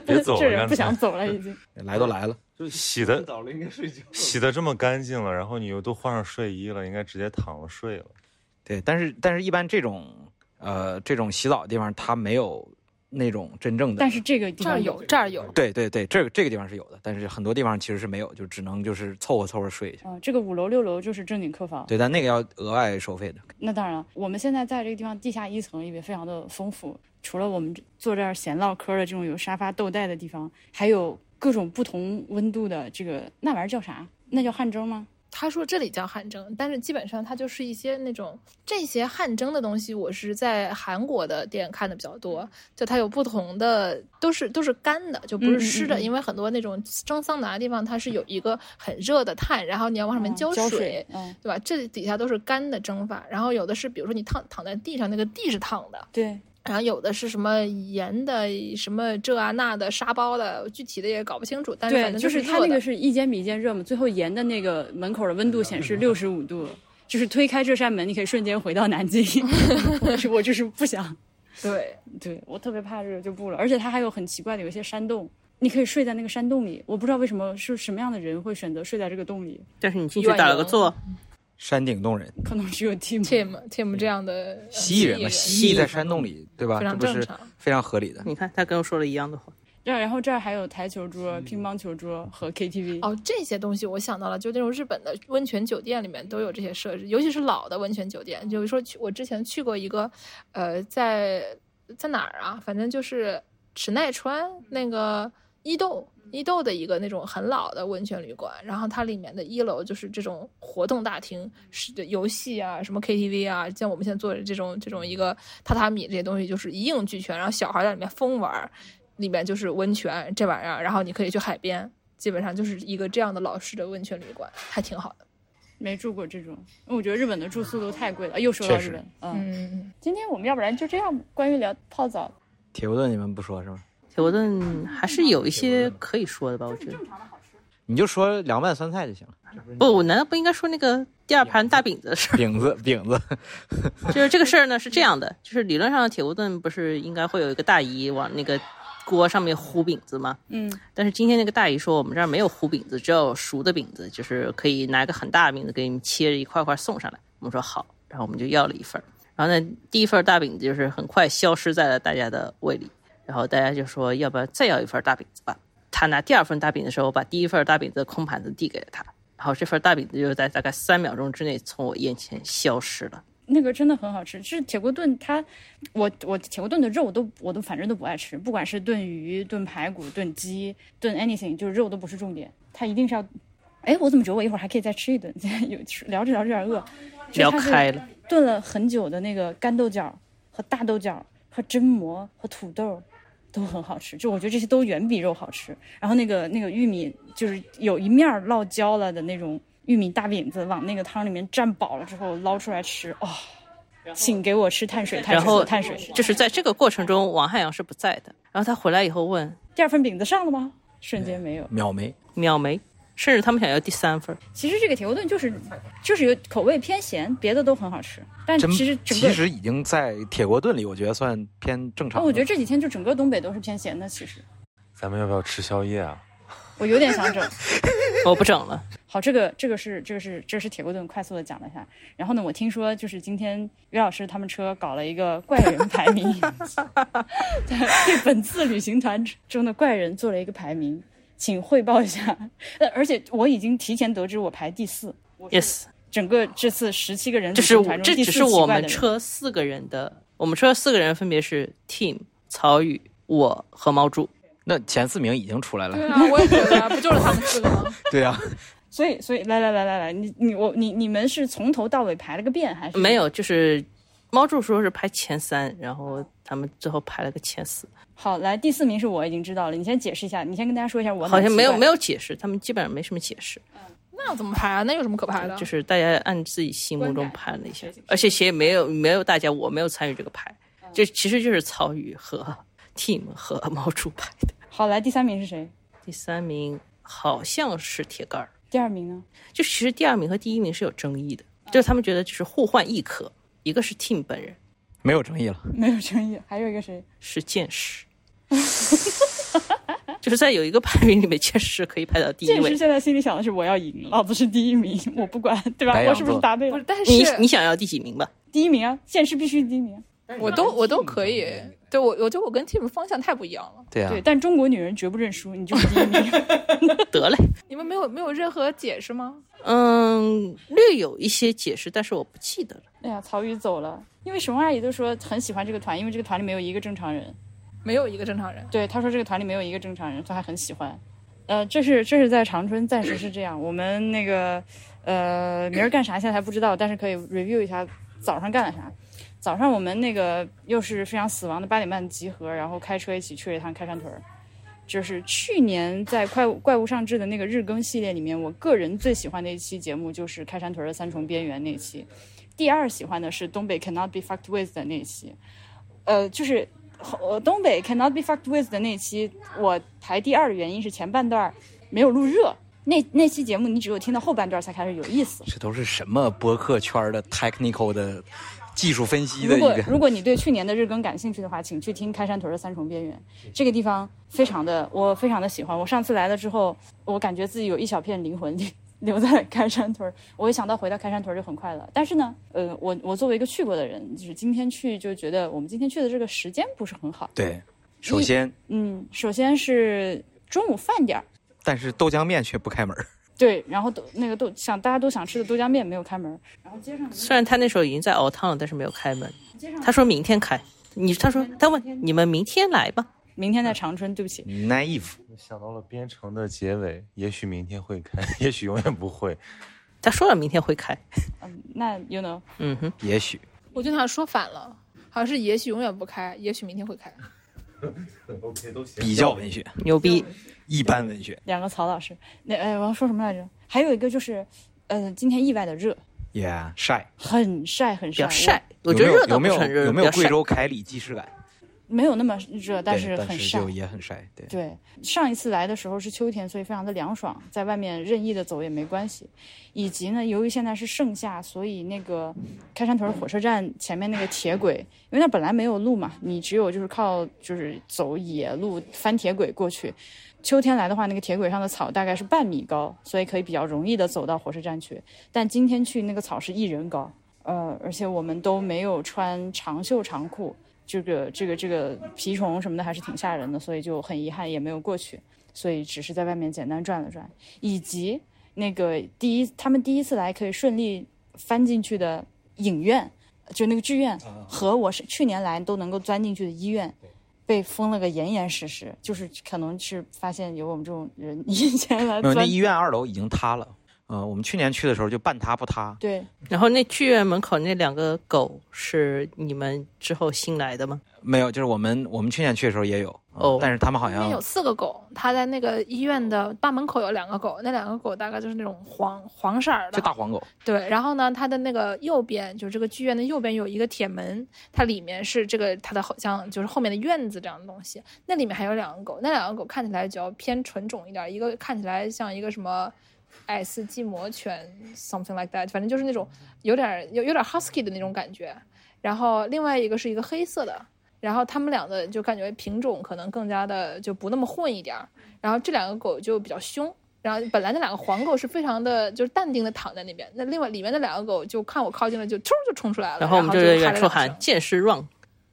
S7: 别走
S1: 这
S7: 了，
S1: 人
S7: 刚
S1: 不想
S7: 才
S1: 走了已经。
S6: 来都来了。
S7: 就洗的
S10: 倒了应该睡觉。
S7: 洗的这么干净了，然后你又都换上睡衣了，应该直接躺着睡了。
S6: 对，但是但是，一般这种呃这种洗澡的地方，它没有那种真正的。
S1: 但是这个地
S2: 这儿
S1: 方
S2: 有这儿有，
S6: 对对对，这个这个地方是有的，但是很多地方其实是没有，就只能就是凑合凑合睡一下。
S1: 啊、这个五楼六楼就是正经客房。
S6: 对，但那个要额外收费的。
S1: 那当然了，我们现在在这个地方地下一层也非常的丰富，除了我们坐这儿闲唠嗑的这种有沙发豆袋的地方，还有各种不同温度的这个那玩意儿叫啥？那叫汗蒸吗？
S2: 他说这里叫汗蒸，但是基本上它就是一些那种这些汗蒸的东西，我是在韩国的店看的比较多。就它有不同的，都是都是干的，就不
S1: 嗯嗯
S2: 是湿的，
S1: 嗯
S2: 因为很多那种蒸桑拿的地方，它是有一个很热的炭，然后你要往上面
S1: 嗯浇
S2: 水。
S1: 水，嗯，
S2: 对吧？这底下都是干的蒸法，然后有的是，比如说你躺躺在地上，那个地是烫的，
S1: 对，
S2: 然后有的是什么盐的，什么这啊那的沙包的，具体的也搞不清楚。但是反
S1: 对，
S2: 正
S1: 就是它
S2: 热
S1: 那个
S2: 的
S1: 是一间比一间热嘛。最后盐的那个门口的温度显示六十五度，就是推开这扇门，你可以瞬间回到南 京。我是我就是不想，
S2: 对，
S1: 对我特别怕热就不了。而且它还有很奇怪的，有一些山洞，你可以睡在那个山洞里。我不知道为什么是什么样的人会选择睡在这个洞里，
S3: 但是你进去打了个坐，
S6: 山顶洞人，
S2: 呃
S1: 可能只有 Tim。
S2: Tim Tim 这样的呃
S6: 蜥蜴人嘛，
S2: 人
S6: 蜥蜴在山洞里，对吧？
S2: 非
S6: 这
S2: 常
S6: 不
S2: 正
S6: 是
S2: 常。
S6: 非常合理的。
S3: 你看他跟我说了一样的话，
S1: 然后然后这儿还有台球桌、乒乓球桌和 KTV。
S2: 哦，这些东西我想到了，就那种日本的温泉酒店里面都有这些设施，尤其是老的温泉酒店。就比如说去，我之前去过一个，呃，在在哪儿啊？反正就是池奈川那个伊豆。伊豆的一个那种很老的温泉旅馆，然后它里面的一楼就是这种活动大厅，是游戏啊，什么 KTV 啊，像我们现在做的这种这种一个榻榻米这些东西就是一应俱全，然后小孩在里面疯玩，里面就是温泉这玩意儿，然后你可以去海边，基本上就是一个这样的老式的温泉旅馆，还挺好的。
S1: 没住过这种，因为我觉得日本的住宿都太贵了。又说到日本，嗯，今天我们要不然就这样，关于聊泡澡，
S8: 铁锅炖你们不说是吗？
S3: 铁锅炖还是有一些可以说的吧，我觉得。
S6: 你就说凉拌酸菜就行了。
S3: 不，我难道不应该说那个第二盘大饼子的事儿？
S6: 饼子，饼子，
S3: 就是这个事儿呢，是这样的， 就是理论上铁锅炖不是应该会有一个大姨往那个锅上面糊饼子吗？
S1: 嗯，
S3: 但是今天那个大姨说我们这儿没有糊饼子，只有熟的饼子，就是可以拿一个很大的饼子给你们切着一块块送上来。我们说好，然后我们就要了一份儿。然后呢，第一份大饼子就是很快消失在了大家的胃里，然后大家就说要不要再要一份大饼子吧。他拿第二份大饼的时候，把第一份大饼子的空盘子递给了他，然后这份大饼子就在大概三秒钟之内从我眼前消失了。
S1: 那个真的很好吃。是铁锅炖它，我我铁锅炖的肉都我都反正都不爱吃，不管是炖鱼、炖排骨、炖鸡、炖 anything，就是肉都不是重点，它一定是要。哎，我怎么觉得我一会儿还可以再吃一顿？ 有聊着聊着有点饿，
S3: 聊开了。
S1: 炖了很久的那个干豆角和大豆角和榛蘑和土豆都很好吃，就我觉得这些都远比肉好吃。然后那个那个玉米就是有一面儿烙焦了的那种玉米大饼子，往那个汤里面蘸饱了之后捞出来吃，哦，请给我吃碳水，碳
S3: 然后
S1: 水，碳水。
S3: 就是在这个过程中，王汉阳是不在的。然后他回来以后问
S1: 第二份饼子上了吗？瞬间没有。
S8: 秒没。
S3: 秒梅，甚至他们想要第三份儿。
S1: 其实这个铁锅炖就是就是有口味偏咸，别的都很好吃，但
S6: 真
S1: 其实整个
S6: 其实已经在铁锅炖里，我觉得算偏正
S1: 啊，
S6: 常的。
S1: 我觉得这几天就整个东北都是偏咸的。其实
S7: 咱们要不要吃宵夜啊？
S1: 我有点想整。
S3: 我不整了，
S1: 好，这个这个是这个是这是铁锅炖快速的讲了一下。然后呢，我听说就是今天于老师他们车搞了一个怪人排名， 对对本次旅行团中的怪人做了一个排名，请汇报一下。呃，而且我已经提前得知我排第四，
S3: yes，
S1: 整个这次十七个人旅
S3: 这是
S1: 行
S3: 我
S1: 团中
S3: 这
S1: 第
S3: 只
S1: 四
S3: 是
S1: 奇
S3: 我
S1: 怪
S3: 们
S1: 的人
S3: 车四个人的，我们车四个人分别是 Tim、曹宇、我和毛猪。
S6: 那前四名已经出来了。
S2: 对啊，我也觉得，不就是他们四个吗？
S6: 对啊，
S1: 所以所以来来来来来，你你我你你们是从头到尾排了个遍还是
S3: 没？有，就是猫柱说是排前三，然后他们最后排了个前四，
S1: 好，来第四名是我已经知道了，你先解释一下，你先跟大家说一下我
S3: 好像没有没
S1: 有
S3: 有解释，他们基本上没什么解释，
S2: 那怎么排啊？那有什么可排的？
S3: 就是大家按自己心目中排了一下，而且谁也没有没有大家，我没有参与这个排，
S1: 嗯
S3: 就其实就是曹宇和 Team 和猫柱排的。
S1: 好来第三名是谁？
S3: 第三名好像是铁杆儿，
S1: 第二名呢？
S3: 就其实第二名和第一名是有争议的，
S1: 嗯
S3: 就是他们觉得就是互换一颗，一个是 Team 本人，
S6: 没有争议了。
S1: 没有争议。还有一个谁？
S3: 是见识。 就是在有一个排名里面，见识是可以排到第一
S1: 剑
S3: 位
S1: 师
S3: 的。
S1: 现在心里想的是我要赢，老子是第一名，我不管，对吧
S6: 白？
S1: 我
S6: 羊座
S1: 是不是答对
S2: 不
S1: 了
S2: 是，？但是
S3: 你你想要第几名吧？
S1: 第一名啊，剑师必须第一名啊。
S2: 我都我都可以。对我，我觉得我跟 Tim 方向太不一样了。
S6: 对啊，
S1: 对，但中国女人绝不认输，你就是第一 名。
S3: 得嘞，
S2: 你们没有没有任何解释吗？
S3: 嗯，略有一些解释，但是我不记得了。
S1: 哎呀，曹宇走了，因为熊阿姨都说很喜欢这个团，因为这个团里没有一个正常人。
S2: 没有一个正常人。
S1: 对，她说这个团里没有一个正常人，她还很喜欢。呃，这是这是在长春，暂时是这样。我们那个呃，明儿干啥现在还不知道，但是可以 review 一下早上干了啥。早上我们那个又是非常死亡的八点半集合，然后开车一起去了一趟开山屯儿。就是去年在怪物怪物上志的那个日更系列里面，我个人最喜欢的一期节目就是开山屯儿的三重边缘那一期，第二喜欢的是东北 cannot be fucked with 的那一期。呃，就是呃东北 cannot be fucked with 的那期，我排第二的原因是前半段儿没有录热，那那期节目你只有听到后半段儿才开始有意思。
S6: 这都是什么播客圈的 technical 的技术分析的
S1: 如
S6: 一
S1: 果
S6: 个。
S1: 如果你对去年的日更感兴趣的话，请去听开山屯的三重边缘，这个地方非常的我非常的喜欢。我上次来了之后，我感觉自己有一小片灵魂 留在开山屯儿，我一想到回到开山屯儿就很快乐。但是呢，呃，我我作为一个去过的人，就是今天去就觉得我们今天去的这个时间不是很好，
S6: 对，首先，
S1: 嗯，首先是中午饭点儿，
S6: 但是豆浆面却不开门儿。
S1: 对，然后豆那个豆想大家都想吃的豆浆面没有开门，然后街上
S3: 虽然他那时候已经在熬汤了，但是没有开门。他说明天开，你他说他问你们明天来吧。
S1: 明
S3: 嗯
S1: 天在长春，对不起，
S6: naive，
S7: 想到了编程的结尾，也许明天会开， 也许永远不会。
S3: 他说了明天会开。
S1: 嗯，那 you know，
S3: 嗯哼，
S6: 也许
S2: 我经常说反了，好像是也许永远不开，也许明天会开。
S7: OK 都行。
S6: 比较文学，
S3: 牛逼。
S6: 一般文学
S1: 两个曹老师，那呃我要说什么来着？还有一个就是，呃，今天意外的热，
S6: ，Yeah，晒。
S1: 很晒很
S3: 比较
S1: 晒，
S3: 晒，
S6: 有
S3: 我
S6: 没
S3: 觉得
S6: 有
S3: 热
S6: 有
S3: 倒
S6: 没
S3: 不是很
S6: 有
S3: 热，
S6: 有没
S3: 比
S6: 有
S3: 较
S6: 贵
S3: 晒
S6: 州凯里既视感？
S1: 我没有那么热，但
S6: 对
S1: 是很
S6: 但是
S1: 晒。
S6: 就也很晒。对，
S1: 对，上一次来的时候是秋天，所以非常的凉爽，在外面任意的走也没关系。以及呢，由于现在是盛夏，所以那个开山屯火车站前面那个铁轨，因为那本来没有路嘛，你只有就是靠就是走野路翻铁轨过去。秋天来的话，那个铁轨上的草大概是半米高，所以可以比较容易的走到火车站去。但今天去那个草是一人高，呃，而且我们都没有穿长袖长裤，这个这个这个蜱虫什么的还是挺吓人的，所以就很遗憾也没有过去，所以只是在外面简单转了转，以及那个第一他们第一次来可以顺利翻进去的影院，就那个剧院和我是去年来都能够钻进去的医院。被封了个严严实实，就是可能是发现有我们这种人 以前来
S6: 没有，那
S1: 钻
S6: 医院二楼已经塌了。呃，我们去年去的时候就半塌不塌，
S1: 对
S3: 然后那剧院门口那两个狗是你们之后新来的吗？
S6: 没有，就是我们我们去年去的时候也有，呃
S3: 哦
S6: 但是他们好
S2: 那边有
S6: 像
S2: 四个狗，他在那个医院的大门口有两个狗，那两个狗大概就是那种黄黄色儿的，
S6: 就大黄狗，
S2: 对，然后呢，它的那个右边，就是这个剧院的右边有一个铁门，它里面是这个它的好像就是后面的院子这样的东西。那里面还有两个狗，那两个狗看起来比较偏纯种一点，一个看起来像一个什么爱斯基摩犬，something like that，反正就是那种有点有有点 husky 的那种感觉。然后另外一个是一个黑色的，然后它们俩的就感觉品种可能更加的就不那么混一点儿。然后这两个狗就比较凶，然后本来那两个黄狗是非常的，就是淡定的躺在那边，那另外里面那两个狗就看我靠近了，就突就冲出来了，然
S3: 然后我们就在
S2: 喊了
S3: 远处
S2: 两
S3: 喊
S2: 声
S3: “剑士 run”，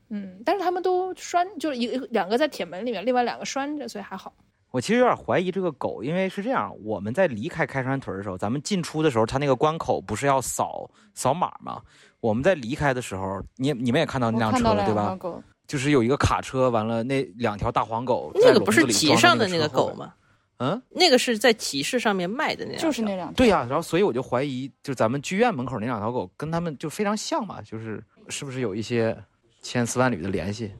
S2: 嗯，但是他们都拴，就是一个两个在铁门里面，另外两个拴着，所以还好。
S6: 我其实有点怀疑这个狗，因为是这样，我们在离开开山屯的时候，咱们进出的时候，它那个关口不是要扫扫码吗？我们在离开的时候，你你们也看到那
S1: 我
S6: 辆
S1: 看
S6: 车
S1: 到
S6: 对
S1: 两
S6: 吧
S1: 条？狗，
S6: 就是有一个卡车，完了那两条大黄狗在
S3: 那个
S6: 笼
S3: 不
S6: 子
S3: 是
S6: 里
S3: 集
S6: 装
S3: 上
S6: 的
S3: 的那个
S6: 车后
S3: 狗
S6: 边？
S3: 吗？
S6: 嗯，
S3: 那个是在集市上面卖的那样，
S1: 就是那两条。
S6: 对呀、然后所以我就怀疑，就咱们剧院门口那两条狗跟他们就非常像嘛，就是是不是有一些千丝万缕的联系？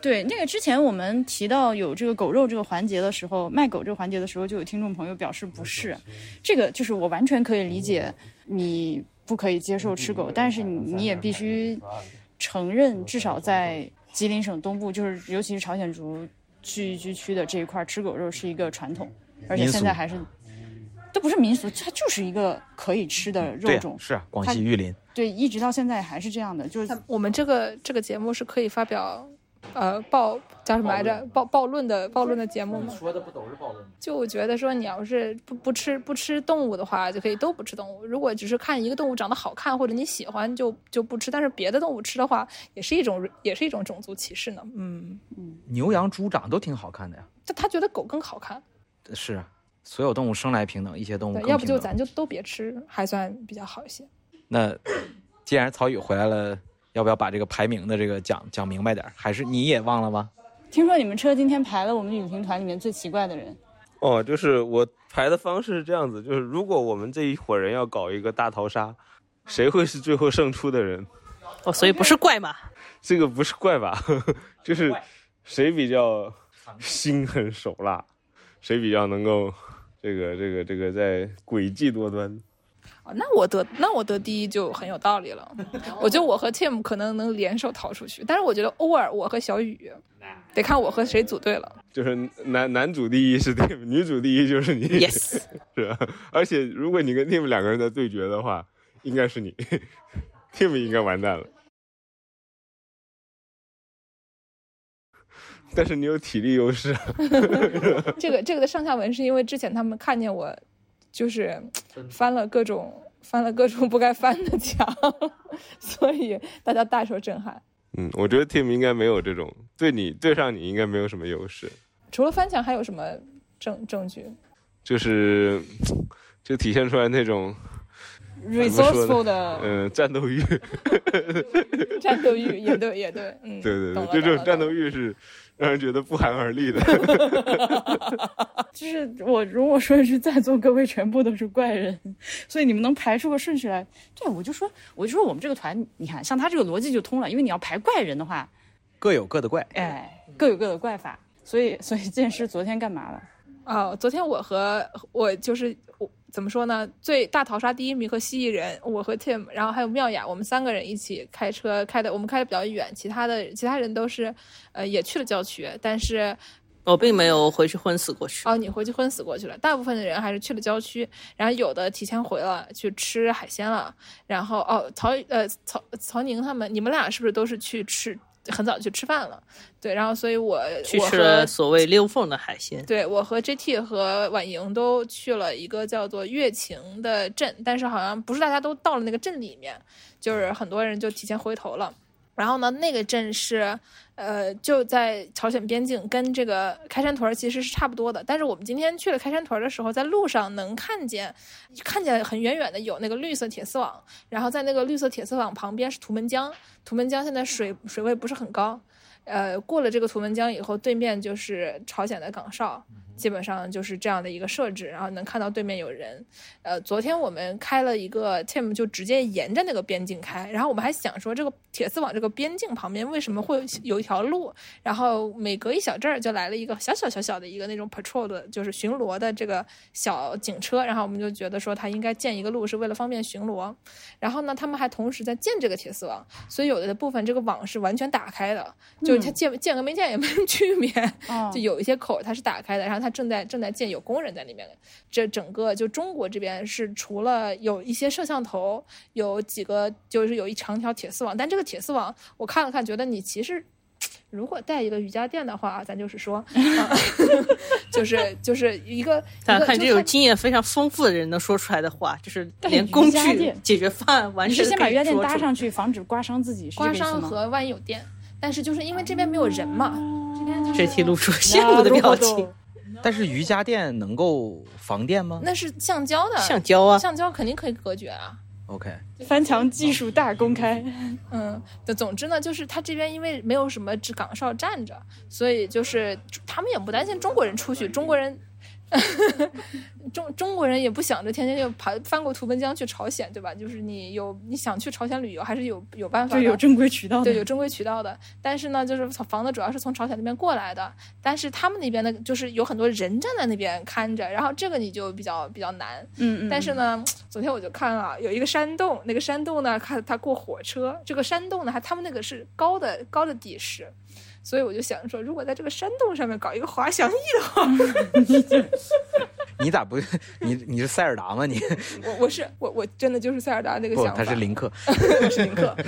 S1: 对，那个之前我们提到有这个狗肉这个环节的时候，卖狗这个环节的时候，就有听众朋友表示不
S6: 嗯
S1: 适，这个就是我完全可以理解，你不可以接受吃狗，但是你你也必须承认，至少在吉林省东部，就是尤其是朝鲜族聚居区的这一块儿，吃狗肉是一个传统，而且
S6: 民俗
S1: 现在还是，这不是民俗，它就是一个可以吃的肉
S6: 呀
S1: 种，
S6: 是啊，广
S1: 它
S6: 西玉林。
S1: 对，一直到现在还是这样的，就是
S2: 那我们这个这个节目是可以发表，呃，报叫什么来着？报报论的报论的节目吗？
S6: 说的不都是暴论吗？
S2: 就我觉得说，你要是不不吃不吃动物的话，就可以都不吃动物。如果只是看一个动物长得好看或者你喜欢就，就不吃。但是别的动物吃的话，也是一种也是一种种族歧视呢。嗯，
S6: 牛羊猪长都挺好看的呀。
S2: 就他觉得狗更好看，
S6: 是啊，所有动物生来平等，一些动物
S2: 对，
S6: 更
S2: 要不
S6: 平
S2: 就
S6: 等
S2: 咱就都别吃，还算比较好一些。
S6: 那既然曹宇回来了，要不要把这个排名的这个讲讲明白点儿？还是你也忘了吗？
S1: 听说你们车今天排了我们旅行团里面最奇怪的人。
S10: 哦，就是我排的方式是这样子，就是如果我们这一伙人要搞一个大逃杀，谁会是最后胜出的人？
S3: 哦，所以不是怪 马，
S10: 这个不是怪吧？ 就是谁比较心狠手辣，谁比较能够这个这个这个在诡计多端。
S2: 哦，那我得那我得第一就很有道理了。我觉得我和 Tim 可能能联手逃出去，但是我觉得偶尔我和小雨，得看我和谁组队了。
S10: 就是男男主第一是 Tim，女主第一就是你
S3: yes，
S10: 是吧？而且如果你跟 Tim 两个人在对决的话，应该是你 ，Tim 应该完蛋了。但是你有体力优势啊，
S2: 这个这个的上下文是因为之前他们看见我，就是翻了各 种翻了各种不该翻的墙，所以大家大受震撼。
S10: 嗯，我觉得 Tim 应该没有这种，对你对上你应该没有什么优势。
S2: 除了翻墙，还有什么证证据？
S10: 就是就体现出来那种
S1: resourceful
S2: 哦
S1: 的
S10: 嗯、呃战斗欲，
S2: 战斗欲也对，也对，嗯，
S10: 对对
S2: 懂
S10: 对
S2: 了，懂了
S10: 就这种战斗欲是让人觉得不寒而 栗的。
S1: 就是我如果说是在座各位全部都是怪人，所以你们能排出个顺序来，对我就说，我就说我们这个团，你看像他这个逻辑就通了，因为你要排怪人的话，
S8: 各有各的怪。
S6: 嗯
S1: 哎，各有各的怪法，所以 所以剑师昨天干嘛了？
S2: 啊、昨天我和我就是我怎么说呢？最大逃杀第一名和蜥蜴人，我和 Tim，然后还有妙雅，我们三个人一起开车开的，我们开的比较远，其他的其他人都是呃也去了郊区，但是
S3: 我并没有回去昏死过去。
S2: 哦，你回去昏死过去了。大部分的人还是去了郊区，然后有的提前回了，去吃海鲜了。然后哦，曹呃曹曹宁他们，你们俩是不是都是去吃很早去吃饭了？对，然后所以我
S3: 去
S2: 我
S3: 吃
S2: 和
S3: 了所谓溜缝的海鲜，
S2: 对我和 JT 和婉莹都去了一个叫做月晴的镇，但是好像不是大家都到了那个镇里面，就是很多人就提前回头了。然后呢，那个镇是，呃，就在朝鲜边境，跟这个开山屯儿其实是差不多的。但是我们今天去了开山屯儿的时候，在路上能看见，看见很远远的有那个绿色铁丝网，然后在那个绿色铁丝网旁边是图们江，图们江现在水水位不是很高，呃，过了这个图们江以后，对面就是朝鲜的岗哨，基本上就是这样的一个设置，然后能看到对面有人。呃，昨天我们开了一个 Tim，就直接沿着那个边境开，然后我们还想说，这个铁丝网这个边境旁边为什么会有一条路？然后每隔一小阵儿就来了一个小小小小的一个那种 patrol 的，就是巡逻的这个小警车，然后我们就觉得说他应该建一个路是为了方便巡逻。然后呢，他们还同时在建这个铁丝网，所以有的部分这个网是完全打开的，就是它建建和没建也没有区别。
S1: 哦
S2: 就有一些口儿它是打开的，然后它正在正在建，有工人在里面。这整个就中国这边是除了有一些摄像头，有几个就是有一长条铁丝网，但这个铁丝网我看了看，觉得你其实。如果带一个瑜伽垫的话，咱就是说， 啊就是就是一个，
S3: 但
S2: 一个
S3: 看
S2: 就
S3: 这种
S2: 看
S3: 经验非常丰富的人能说出来的话，就是
S1: 对
S3: 连
S1: 瑜
S3: 工
S1: 伽
S3: 具
S1: 垫
S3: 解决方案完
S1: 你
S3: 事
S1: 是先把
S3: 可以
S1: 约垫
S3: 说
S1: 搭
S3: 出
S1: 上去，防止刮伤自己，是这
S2: 刮
S1: 个意思
S2: 伤
S1: 吗？
S2: 和万一有电，但是就是因为这边没有人嘛，
S1: 啊
S3: 这
S1: 嗯
S3: 题露出羡慕的表情，
S8: 但是瑜伽垫能够防电吗
S2: 那是橡胶的，
S3: 橡胶啊，
S2: 橡胶肯定可以隔绝啊。
S8: ？OK，
S1: 翻墙技术大公开，
S2: 嗯，就总之呢，就是他这边因为没有什么只岗哨站着，所以就是他们也不担心中国人出去，中国人。 中中国人也不想着天天就爬翻过图们江去朝鲜，对吧？就是你有你想去朝鲜旅游，还是有有办法
S1: 就
S2: 的。
S1: 有正规渠道的。
S2: 嗯对，有正规渠道的。但是呢，就是房子主要是从朝鲜那边过来的，但是他们那边的就是有很多人站在那边看着，然后这个你就比较比较难。
S1: 嗯嗯。
S2: 但是呢，昨天我就看了有一个山洞，那个山洞呢，看它过火车，这个山洞呢，它他们那个是高的高的地势，所以我就想说，如果在这个山洞上面搞一个滑翔翼的话，
S8: 你咋 不？你你是塞尔达吗？你
S2: 我我是我我真的就是塞尔达那个
S8: 不
S2: 想，法，
S8: 他是林克。
S2: 是林克。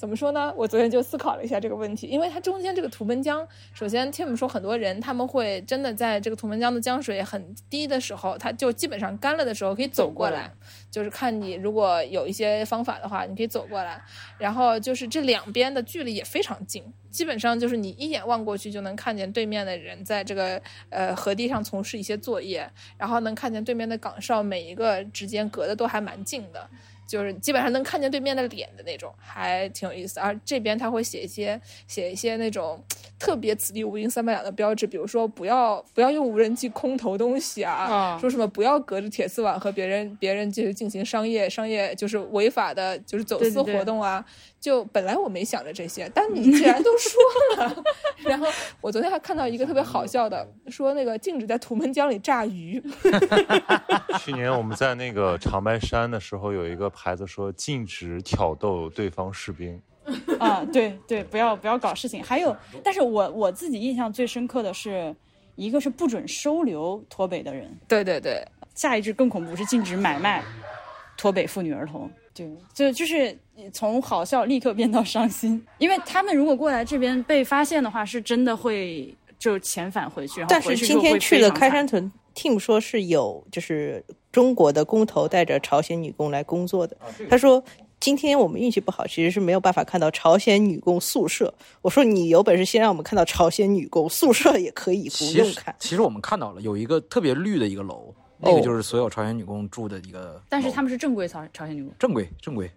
S2: 怎么说呢？我昨天就思考了一下这个问题，因为它中间这个图们江，首先 Tim 说很多人他们会真的在这个图们江的江水很低的时候，它就基本上干了的时候可以走过来，就是看你如果有一些方法的话，你可以走过来。然后就是这两边的距离也非常近，基本上就是你一眼望过去就能看见对面的人在这个呃河堤上从事一些作业，然后能看见对面的岗哨每一个之间隔的都还蛮近的。就是基本上能看见对面的脸的那种，还挺有意思。而这边他会写一些写一些那种特别“此地无银三百两”的标志，比如说不要不要用无人机空投东西啊，
S1: 啊
S2: 说什么不要隔着铁丝网和别人别人就是进行商业商业就是违法的就是走
S1: 对
S2: 私
S1: 对对
S2: 活动啊。就本来我没想着这些，但你既然都说 了，然后我昨天还看到一个特别好笑的，说那个禁止在图们江里炸鱼，
S7: 去年我们在那个长白山的时候，有一个牌子说禁止挑逗对方士兵。
S1: 啊，对对，不要不要搞事情。还有，但是我我自己印象最深刻的是，一个是不准收留脱北的人，
S2: 对对对，
S1: 下一支更恐怖是禁止买卖脱北妇女儿童。对，就就是从好笑立刻变到伤心，因为他们如果过来这边被发现的话，是真的会就遣返回去。然后
S3: 但
S1: 回去
S3: 是今
S1: 之后
S3: 天
S1: 会
S3: 去
S1: 非
S3: 了
S1: 常
S3: 开
S1: 惨
S3: 山屯，Tim 说
S6: 啊
S3: 是有就是中国的工头带着朝鲜女工来工作的。他说今天我们运气不好，其实是没有办法看到朝鲜女工宿舍。我说你有本事先让我们看到朝鲜女工宿舍也可以，不
S6: 其
S3: 用
S6: 实
S3: 看。
S6: 其实我们看到了有一个特别绿的一个楼，那个
S3: 哦
S6: 就是所有朝鲜女工住的一个，
S5: 但
S1: 哦
S5: 是他们是正规朝朝鲜女工，
S6: 正规正规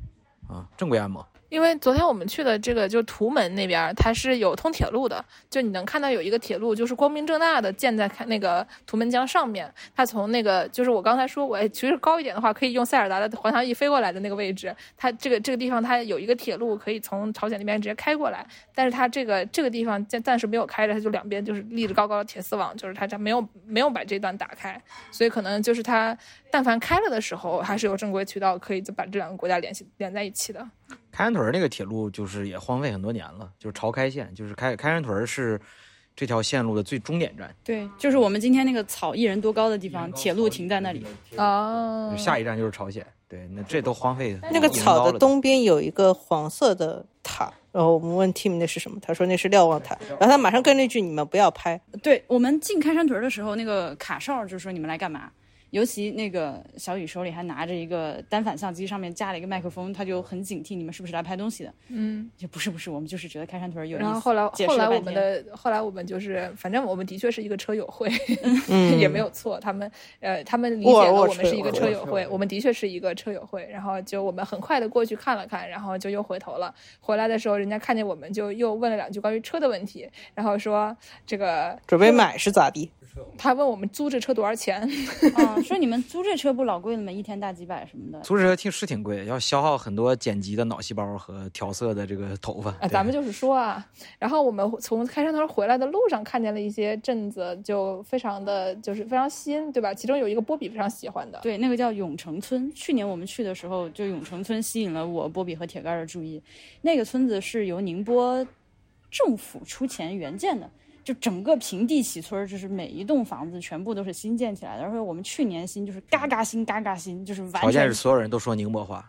S6: 啊正规按摩。
S2: 因为昨天我们去的这个就图门那边儿，它是有通铁路的，就你能看到有一个铁路，就是光明正大的建在看那个图门江上面。它从那个就是我刚才说，我哎其实高一点的话，可以用塞尔达的环翔翼飞过来的那个位置。它这个这个地方它有一个铁路可以从朝鲜那边直接开过来，但是它这个这个地方暂暂时没有开着，它就两边就是立着高高的铁丝网，就是它它没有没有把这段打开，所以可能就是它但凡开了的时候，还是有正规渠道可以就把这两个国家联系连在一起的。
S6: 开元屯儿那个铁路就是也荒废很多年了，就是朝开线，就是开开元屯儿是这条线路的最终点站，
S1: 对，就是我们今天那个草一人多高的地方，铁路停在那里。
S2: 哦，
S6: 就下一站就是朝鲜。对，那这都荒废。
S3: 那个草的
S6: 的
S3: 东边有一个黄色的塔，然后我们问 Tim 那是什么，他说那是瞭望
S1: 嗯
S3: 塔，然后他马上跟了一句你们不要拍，
S1: 对我们进开山屯的时候，那个卡哨就说你们来干嘛？尤其那个小雨手里还拿着一个单反相机，上面架了一个麦克风，他就很警惕你们是不是来拍东西的。
S2: 嗯，
S1: 就不是不是，我们就是觉得开山屯有意思。
S2: 然 后后来
S1: 解释
S2: 后来
S1: 了半
S2: 我们
S1: 天
S2: 的后来我们就是，反正我们的确是一个车友会，
S3: 嗯，
S2: 也没有错。他们呃，他们理
S3: 沃
S2: 解
S3: 尔
S2: 了
S3: 沃
S2: 我们是一个车
S3: 车友
S2: 友会，我们的确是一个车友会。然后就我们很快的过去看了看，然后就又回头了。回来的时候，人家看见我们就又问了两句关于车的问题，然后说这个
S3: 准备买是咋地？
S2: 他问我们租这车多少钱，
S1: 啊，说你们租这车不老贵了吗？一天大几百什么 的。
S6: 租车挺是挺贵，要消耗很多剪辑的脑细胞和调色的这个头发。
S2: 啊，
S6: 对
S2: 咱们就是说啊，然后我们从开山头回来的路上看见了一些镇子，就非常的就是非常新，对吧？其中有一个波比非常喜欢的，
S1: 对，那个叫永城村。去年我们去的时候，就永城村吸引了我、波比和铁杆儿的注意。那个村子是由宁波政府出钱援建的，就整个平地起村儿，就是每一栋房子全部都是新建起来的。而且我们去年新就是嘎嘎新、嘎嘎新，就是完
S6: 条件
S1: 全
S6: 是所有人都说宁波话，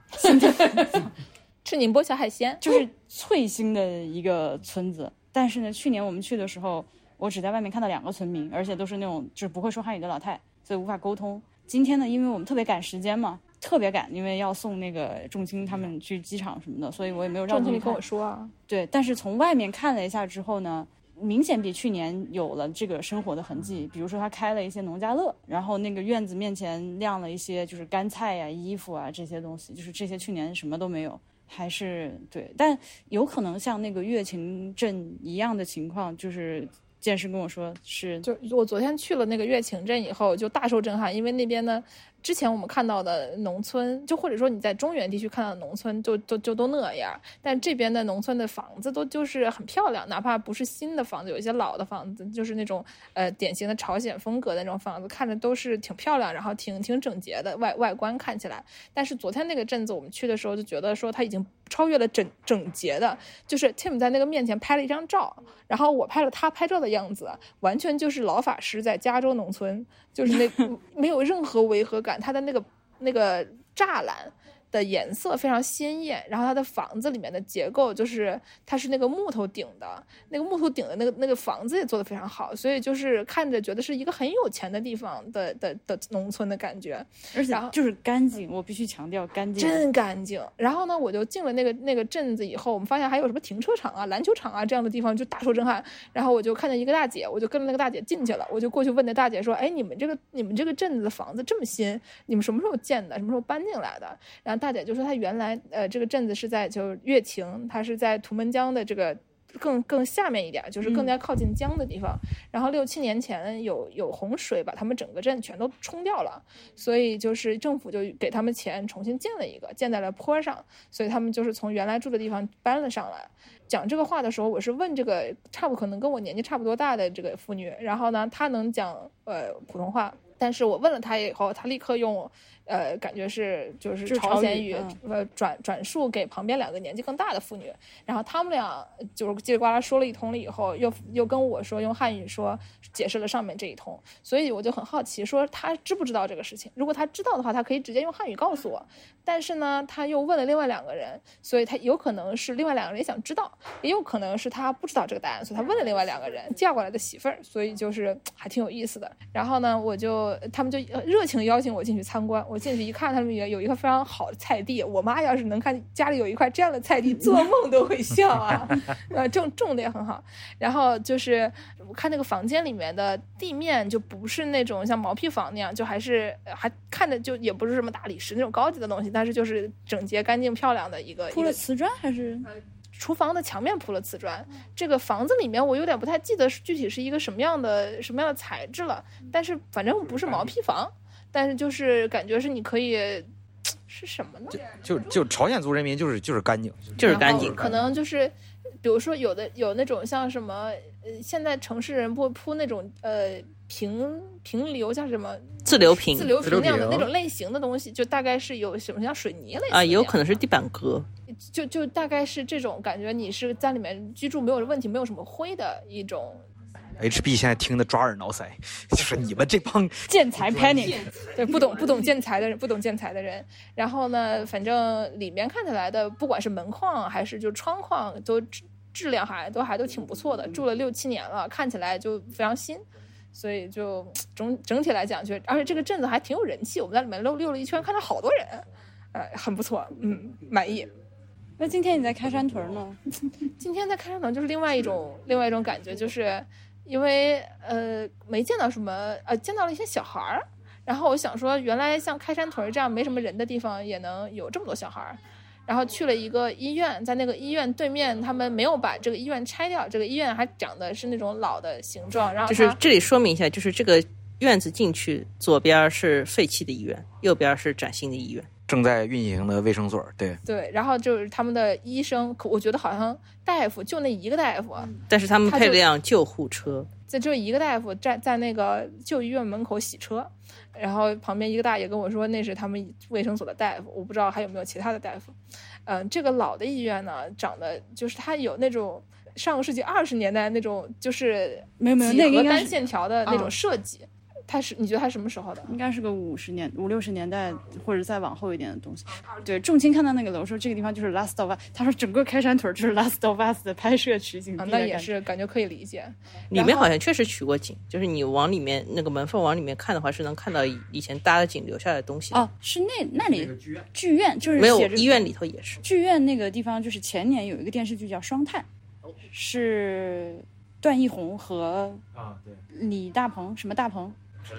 S2: 吃宁波小海鲜，
S1: 就是最新的一个村子。但是呢，去年我们去的时候，我只在外面看到两个村民，而且都是那种就是不会说汉语的老太，所以无法沟通。今天呢，因为我们特别赶时间嘛，特别赶，因为要送那个仲青他们去机场什么的，所以我也没有让他
S2: 郑经理
S1: 们
S2: 跟
S1: 看
S2: 我。说啊，
S1: 对，但是从外面看了一下之后呢，明显比去年有了这个生活的痕迹。比如说，他开了一些农家乐，然后那个院子面前晾了一些就是干菜呀、衣服啊这些东西，就是这些去年什么都没有。还是对，但有可能像那个乐琴镇一样的情况，就是剑师跟我说是
S2: 就我昨天去了那个乐清镇以后，就大受震撼，因为那边呢，之前我们看到的农村，就或者说你在中原地区看到的农村就，就就都那样，但这边的农村的房子都就是很漂亮，哪怕不是新的房子，有一些老的房子，就是那种呃典型的朝鲜风格的那种房子，看着都是挺漂亮，然后挺挺整洁的外外观看起来。但是昨天那个镇子我们去的时候，就觉得说它已经超越了整整洁的，就是 Tim 在那个面前拍了一张照，然后我拍了他拍照的样子，完全就是老法师在加州农村，就是那没有任何违和感，他的那个那个栅栏。的颜色非常鲜艳，然后它的房子里面的结构就是它是那个木头顶的，那个木头顶的那个那个房子也做得非常好，所以就是看着觉得是一个很有钱的地方的的的农村的感觉。
S1: 而且
S2: 然后
S1: 就是干净，我必须强调干净。
S2: 真干净。然后呢，我就进了那个那个镇子以后，我们发现还有什么停车场啊、篮球场啊这样的地方，就大受震撼。然后我就看见一个大姐，我就跟着那个大姐进去了，我就过去问那大姐说：“哎，你们这个你们这个镇子的房子这么新，你们什么时候建的？什么时候搬进来的？”然后大姐就说她原来呃这个镇子是在就是乐亭，它是在图们江的这个。更更下面一点，就是更加靠近江的地方。然后六七年前有有洪水把他们整个镇全都冲掉了，所以就是政府就给他们钱重新建了一个，建在了坡上，所以他们就是从原来住的地方搬了上来。讲这个话的时候，我是问这个差不可能跟我年纪差不多大的这个妇女，然后呢，她能讲呃普通话，但是我问了她以后，她立刻用呃感觉是就是
S1: 就是
S2: 朝
S1: 朝
S2: 鲜
S1: 语
S2: 语
S1: 嗯
S2: 呃转转述给旁边两个年纪更大的妇女，然后他们俩就是叽里呱啦说了一通了以后，又又跟我说用汉语说解释了上面这一通，所以我就很好奇，说他知不知道这个事情？如果他知道的话，他可以直接用汉语告诉我。但是呢，他又问了另外两个人，所以他有可能是另外两个人也想知道，也有可能是他不知道这个答案，所以他问了另外两个人叫过来的媳妇儿，所以就是还挺有意思的。然后呢，我就后他们就呃热情邀请我进去参观。我进去一看，他们也有一个非常好的菜地。我妈要是能看家里有一块这样的菜地，做梦都会笑啊。呃，种种的也很好。然后就是我看那个房间里面的地面就不是那种像毛坯房那样，就还是呃还看着就也不是什么大理石那种高级的东西，但是就是整洁干净漂亮的一个一
S1: 铺了
S2: 个
S1: 瓷砖还是
S2: 呃厨房的墙面铺了瓷砖。这个房子里面我有点不太记得是具体是一个什么样的什么样的材质了，但是反正不是毛坯房，但是就是感觉是你可以是什么呢？
S6: 就就朝鲜族人民就是就是干净，
S3: 就是
S2: 然
S3: 干
S2: 后
S3: 净。嗯
S2: 可能就是，比如说有的有那种像什么，呃，现在城市人不会铺那种呃平平流叫什么
S3: 自流平
S2: 自流
S6: 自
S2: 平
S6: 流
S2: 那样的
S6: 平
S2: 那种类型的东西，就大概是有什么像水泥类似
S3: 啊，
S2: 的
S3: 也有
S2: 那样
S3: 可能是地板革，
S2: 就就大概是这种感觉，你是在里面居住没有问题，没有什么灰的一种
S6: HB 现在听得抓耳挠腮， 就是你们这帮
S1: 建材 panic？
S2: 对，不懂不懂建材的人，不懂建材的人。然后呢，反正里面看起来的，不管是门框还是就窗框，都质质量还都还都挺不错的，住了六七年了，看起来就非常新。所以就整整体来讲，就而且这个镇子还挺有人气，我们在里面溜溜了一圈，看到好多人，呃，很不错，嗯，满意。
S1: 那今天你在开山屯呢？
S2: 嗯今天在看上呢，就是另外一种另外一种感觉，就是因为呃没见到什么呃见到了一些小孩儿，然后我想说，原来像开山屯儿这样没什么人的地方也能有这么多小孩儿。然后去了一个医院，在那个医院对面，他们没有把这个医院拆掉，这个医院还长得是那种老的形状，
S1: 啊
S2: 然后
S3: 就是
S2: 它
S3: 这里说明一下，就是这个院子进去，左边是废弃的医院，右边是崭新的医院。
S6: 正在运行的卫生所，对，
S2: 对，然后就是他们的医生，可我觉得好像大夫就那一个大夫，
S3: 但是他们
S2: 他
S3: 配
S2: 就
S3: 了辆救护车，
S2: 在只有一个大夫站在那个旧医院门口洗车，然后旁边一个大爷跟我说那是他们卫生所的大夫，我不知道还有没有其他的大夫。嗯、这个老的医院呢，长得就是它有那种上个世纪二十年代那种就是
S1: 没有没有，
S2: 几
S1: 那个
S2: 何
S1: 应该
S2: 单
S1: 是
S2: 线条的那种
S1: 嗯
S2: 设计。它是你觉得它什么时候的？
S1: 应该是个五十年、五六十年代或者再往后一点的东西。对，重青看到那个楼说这个地方就是《Last of Us》，他说整个开山屯就是《Last of Us》的拍摄取景
S2: 啊
S1: 地，
S2: 那也是感觉可以理解。
S3: 里面好像确实取过景，就是你往里面那个门缝往里面看的话，是能看到以以前搭的景留下来的东西的。
S1: 哦，是那那里剧院就是
S3: 没有
S1: 写着
S3: 医院里头也是，
S1: 剧院那个地方，就是前年有一个电视剧叫《双探》，是段奕宏和
S8: 啊，对，
S1: 李大鹏什么大鹏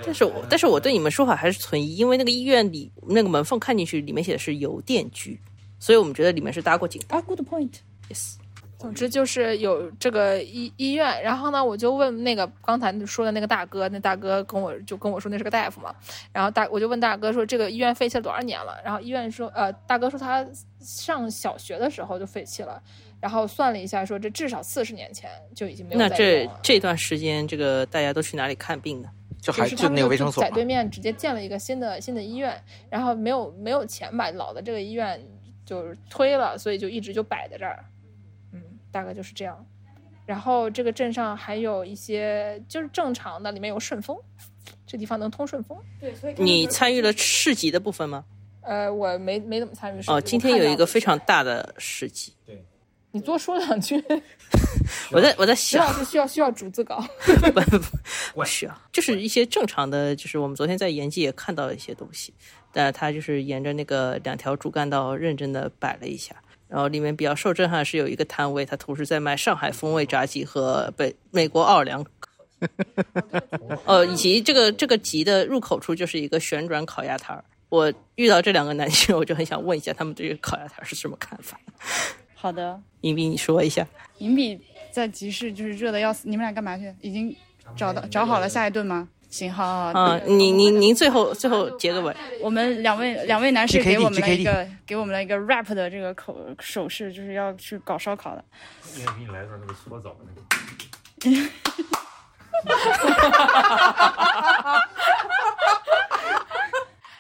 S3: 但是我但是我对你们说法还是存疑，因为那个医院里那个门缝看进去，里面写的是邮电局，所以我们觉得里面是搭过景的。
S1: 啊，Good Point，
S3: Yes
S2: 总之就是有这个医医院，然后呢，我就问那个刚才说的那个大哥，那大哥跟我就跟我说那是个大夫嘛，然后大我就问大哥说这个医院废弃了多少年了，然后医院说呃大哥说他上小学的时候就废弃了，然后算了一下说这至少四十年前就已经没有
S3: 那
S2: 再
S3: 这
S2: 用了
S3: 这段时间，这个大家都去哪里看病呢？
S6: 就
S2: 就
S6: 还
S2: 是他们
S6: 那个卫生所
S2: 在
S6: 嘛
S2: 对，面直接建了一个新的新的医院，然后没有没有钱把老的这个医院就是推了，所以就一直就摆在这儿，嗯，大概就是这样。然后这个镇上还有一些就是正常的，里面有顺风，这地方能通顺风。
S3: 你参与了市集的部分吗？
S2: 呃，我没没怎么参与。
S3: 哦，
S2: 我
S3: 今天
S2: 看
S3: 有
S2: 到
S3: 一
S2: 了
S3: 个非常，大的市集，
S2: 你多说两 句。
S3: 我在我在
S2: 徐
S3: 想
S2: 老，师需要需要逐字 稿。
S3: 不不需要，就是一些正常的，就是我们昨天在延吉也看到了一些东西，但它就是沿着那个两条主干道认真的摆了一下，然后里面比较受震撼是有一个摊位，它同时在卖上海风味炸鸡和北美国奥尔良。呃，以及这个这个集的入口处就是一个旋转烤鸭摊儿。我遇到这两个男性，我就很想问一下他们对于烤鸭摊儿是什么看法。
S1: 好的，
S3: 银斌，你说一下。
S1: 银笔在集市就是热的要死，你们俩干嘛去？已经找到找好了下一顿吗？行，好好，好
S3: 啊，您您您最后最后结个尾。
S1: 我们两位两位男士
S6: GKD
S1: 给我们了一个给我们了一个 rap 的这个口手势，就是要去搞烧烤的。
S7: 也给你来段那个搓澡那个。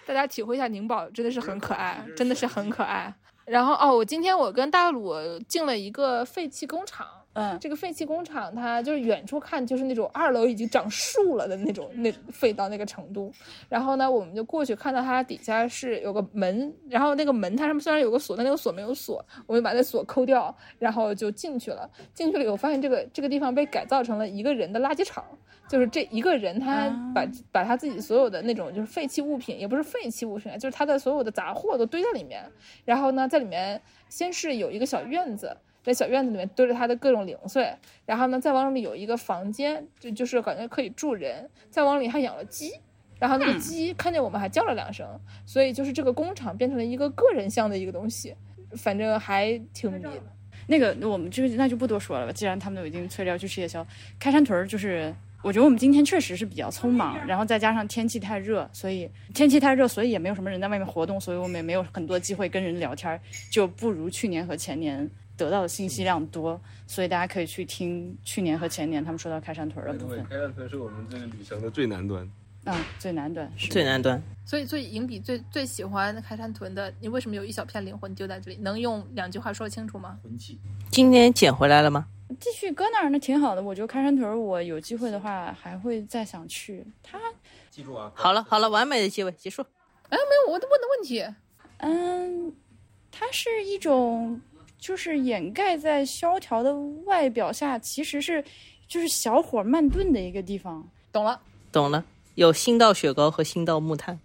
S2: 大家体会一下宁宝真的是很可爱，真的是很可爱。然后哦，我今天我跟大鲁进了一个废弃工厂，
S1: 嗯，
S2: 这个废弃工厂它就是远处看就是那种二楼已经长树了的那种，那废到那个程度。然后呢，我们就过去看到它底下是有个门，然后那个门它上面虽然有个锁，但那个锁没有锁，我们把那锁抠掉，然后就进去了。进去了以后发现这个这个地方被改造成了一个人的垃圾场，就是这一个人他
S1: 啊
S2: 把、把他自己所有的那种就是废弃物品，也不是废弃物品，啊就是他的所有的杂货都堆在里面。然后呢，在里面先是有一个小院子，在小院子里面堆着他的各种零碎，然后呢，再往里有一个房间，就就是感觉可以住人，再往里还养了鸡。然后那个鸡看见我们还叫了两声，所以就是这个工厂变成了一个个人像的一个东西，反正还挺迷的。
S1: 那个我们就那就不多说了吧，既然他们都已经催着要去吃夜宵，开山屯儿就是。我觉得我们今天确实是比较匆忙，然后再加上天气太热，所以天气太热，所以也没有什么人在外面活动，所以我们也没有很多机会跟人聊天儿，就不如去年和前年得到的信息量多，所以大家可以去听去年和前年他们说到开山屯儿的部
S10: 对，
S1: 分，
S10: 开山屯是我们这个旅程的最南端。
S1: 嗯，最南端是
S3: 最南端，
S2: 所以，所以影比最最喜欢开山屯的，你为什么有一小片灵魂丢在这里？能用两句话说清楚吗？
S3: 今年捡回来了吗？
S1: 继续搁那儿那挺好的，我觉得开山屯儿我有机会的话还会再想去，它
S8: 记住啊，
S3: 好了好了，完美的结尾结束。
S2: 没有，我问的问题。
S1: 嗯，它是一种就是掩盖在萧条的外表下，其实是就是小火慢炖的一个地方。
S2: 懂了，
S3: 懂了，有新道雪糕和新道木炭。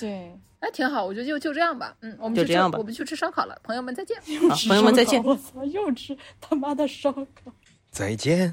S1: 对，
S2: 哎，挺好，我觉得就就这样吧。嗯，我们
S3: 就
S2: 去
S3: 这
S2: 吃
S3: 样吧
S2: 我们去吃烧烤了，朋友们再见。
S3: 好，朋友们再见。
S1: 我操，又吃他妈的烧烤。
S8: 再见。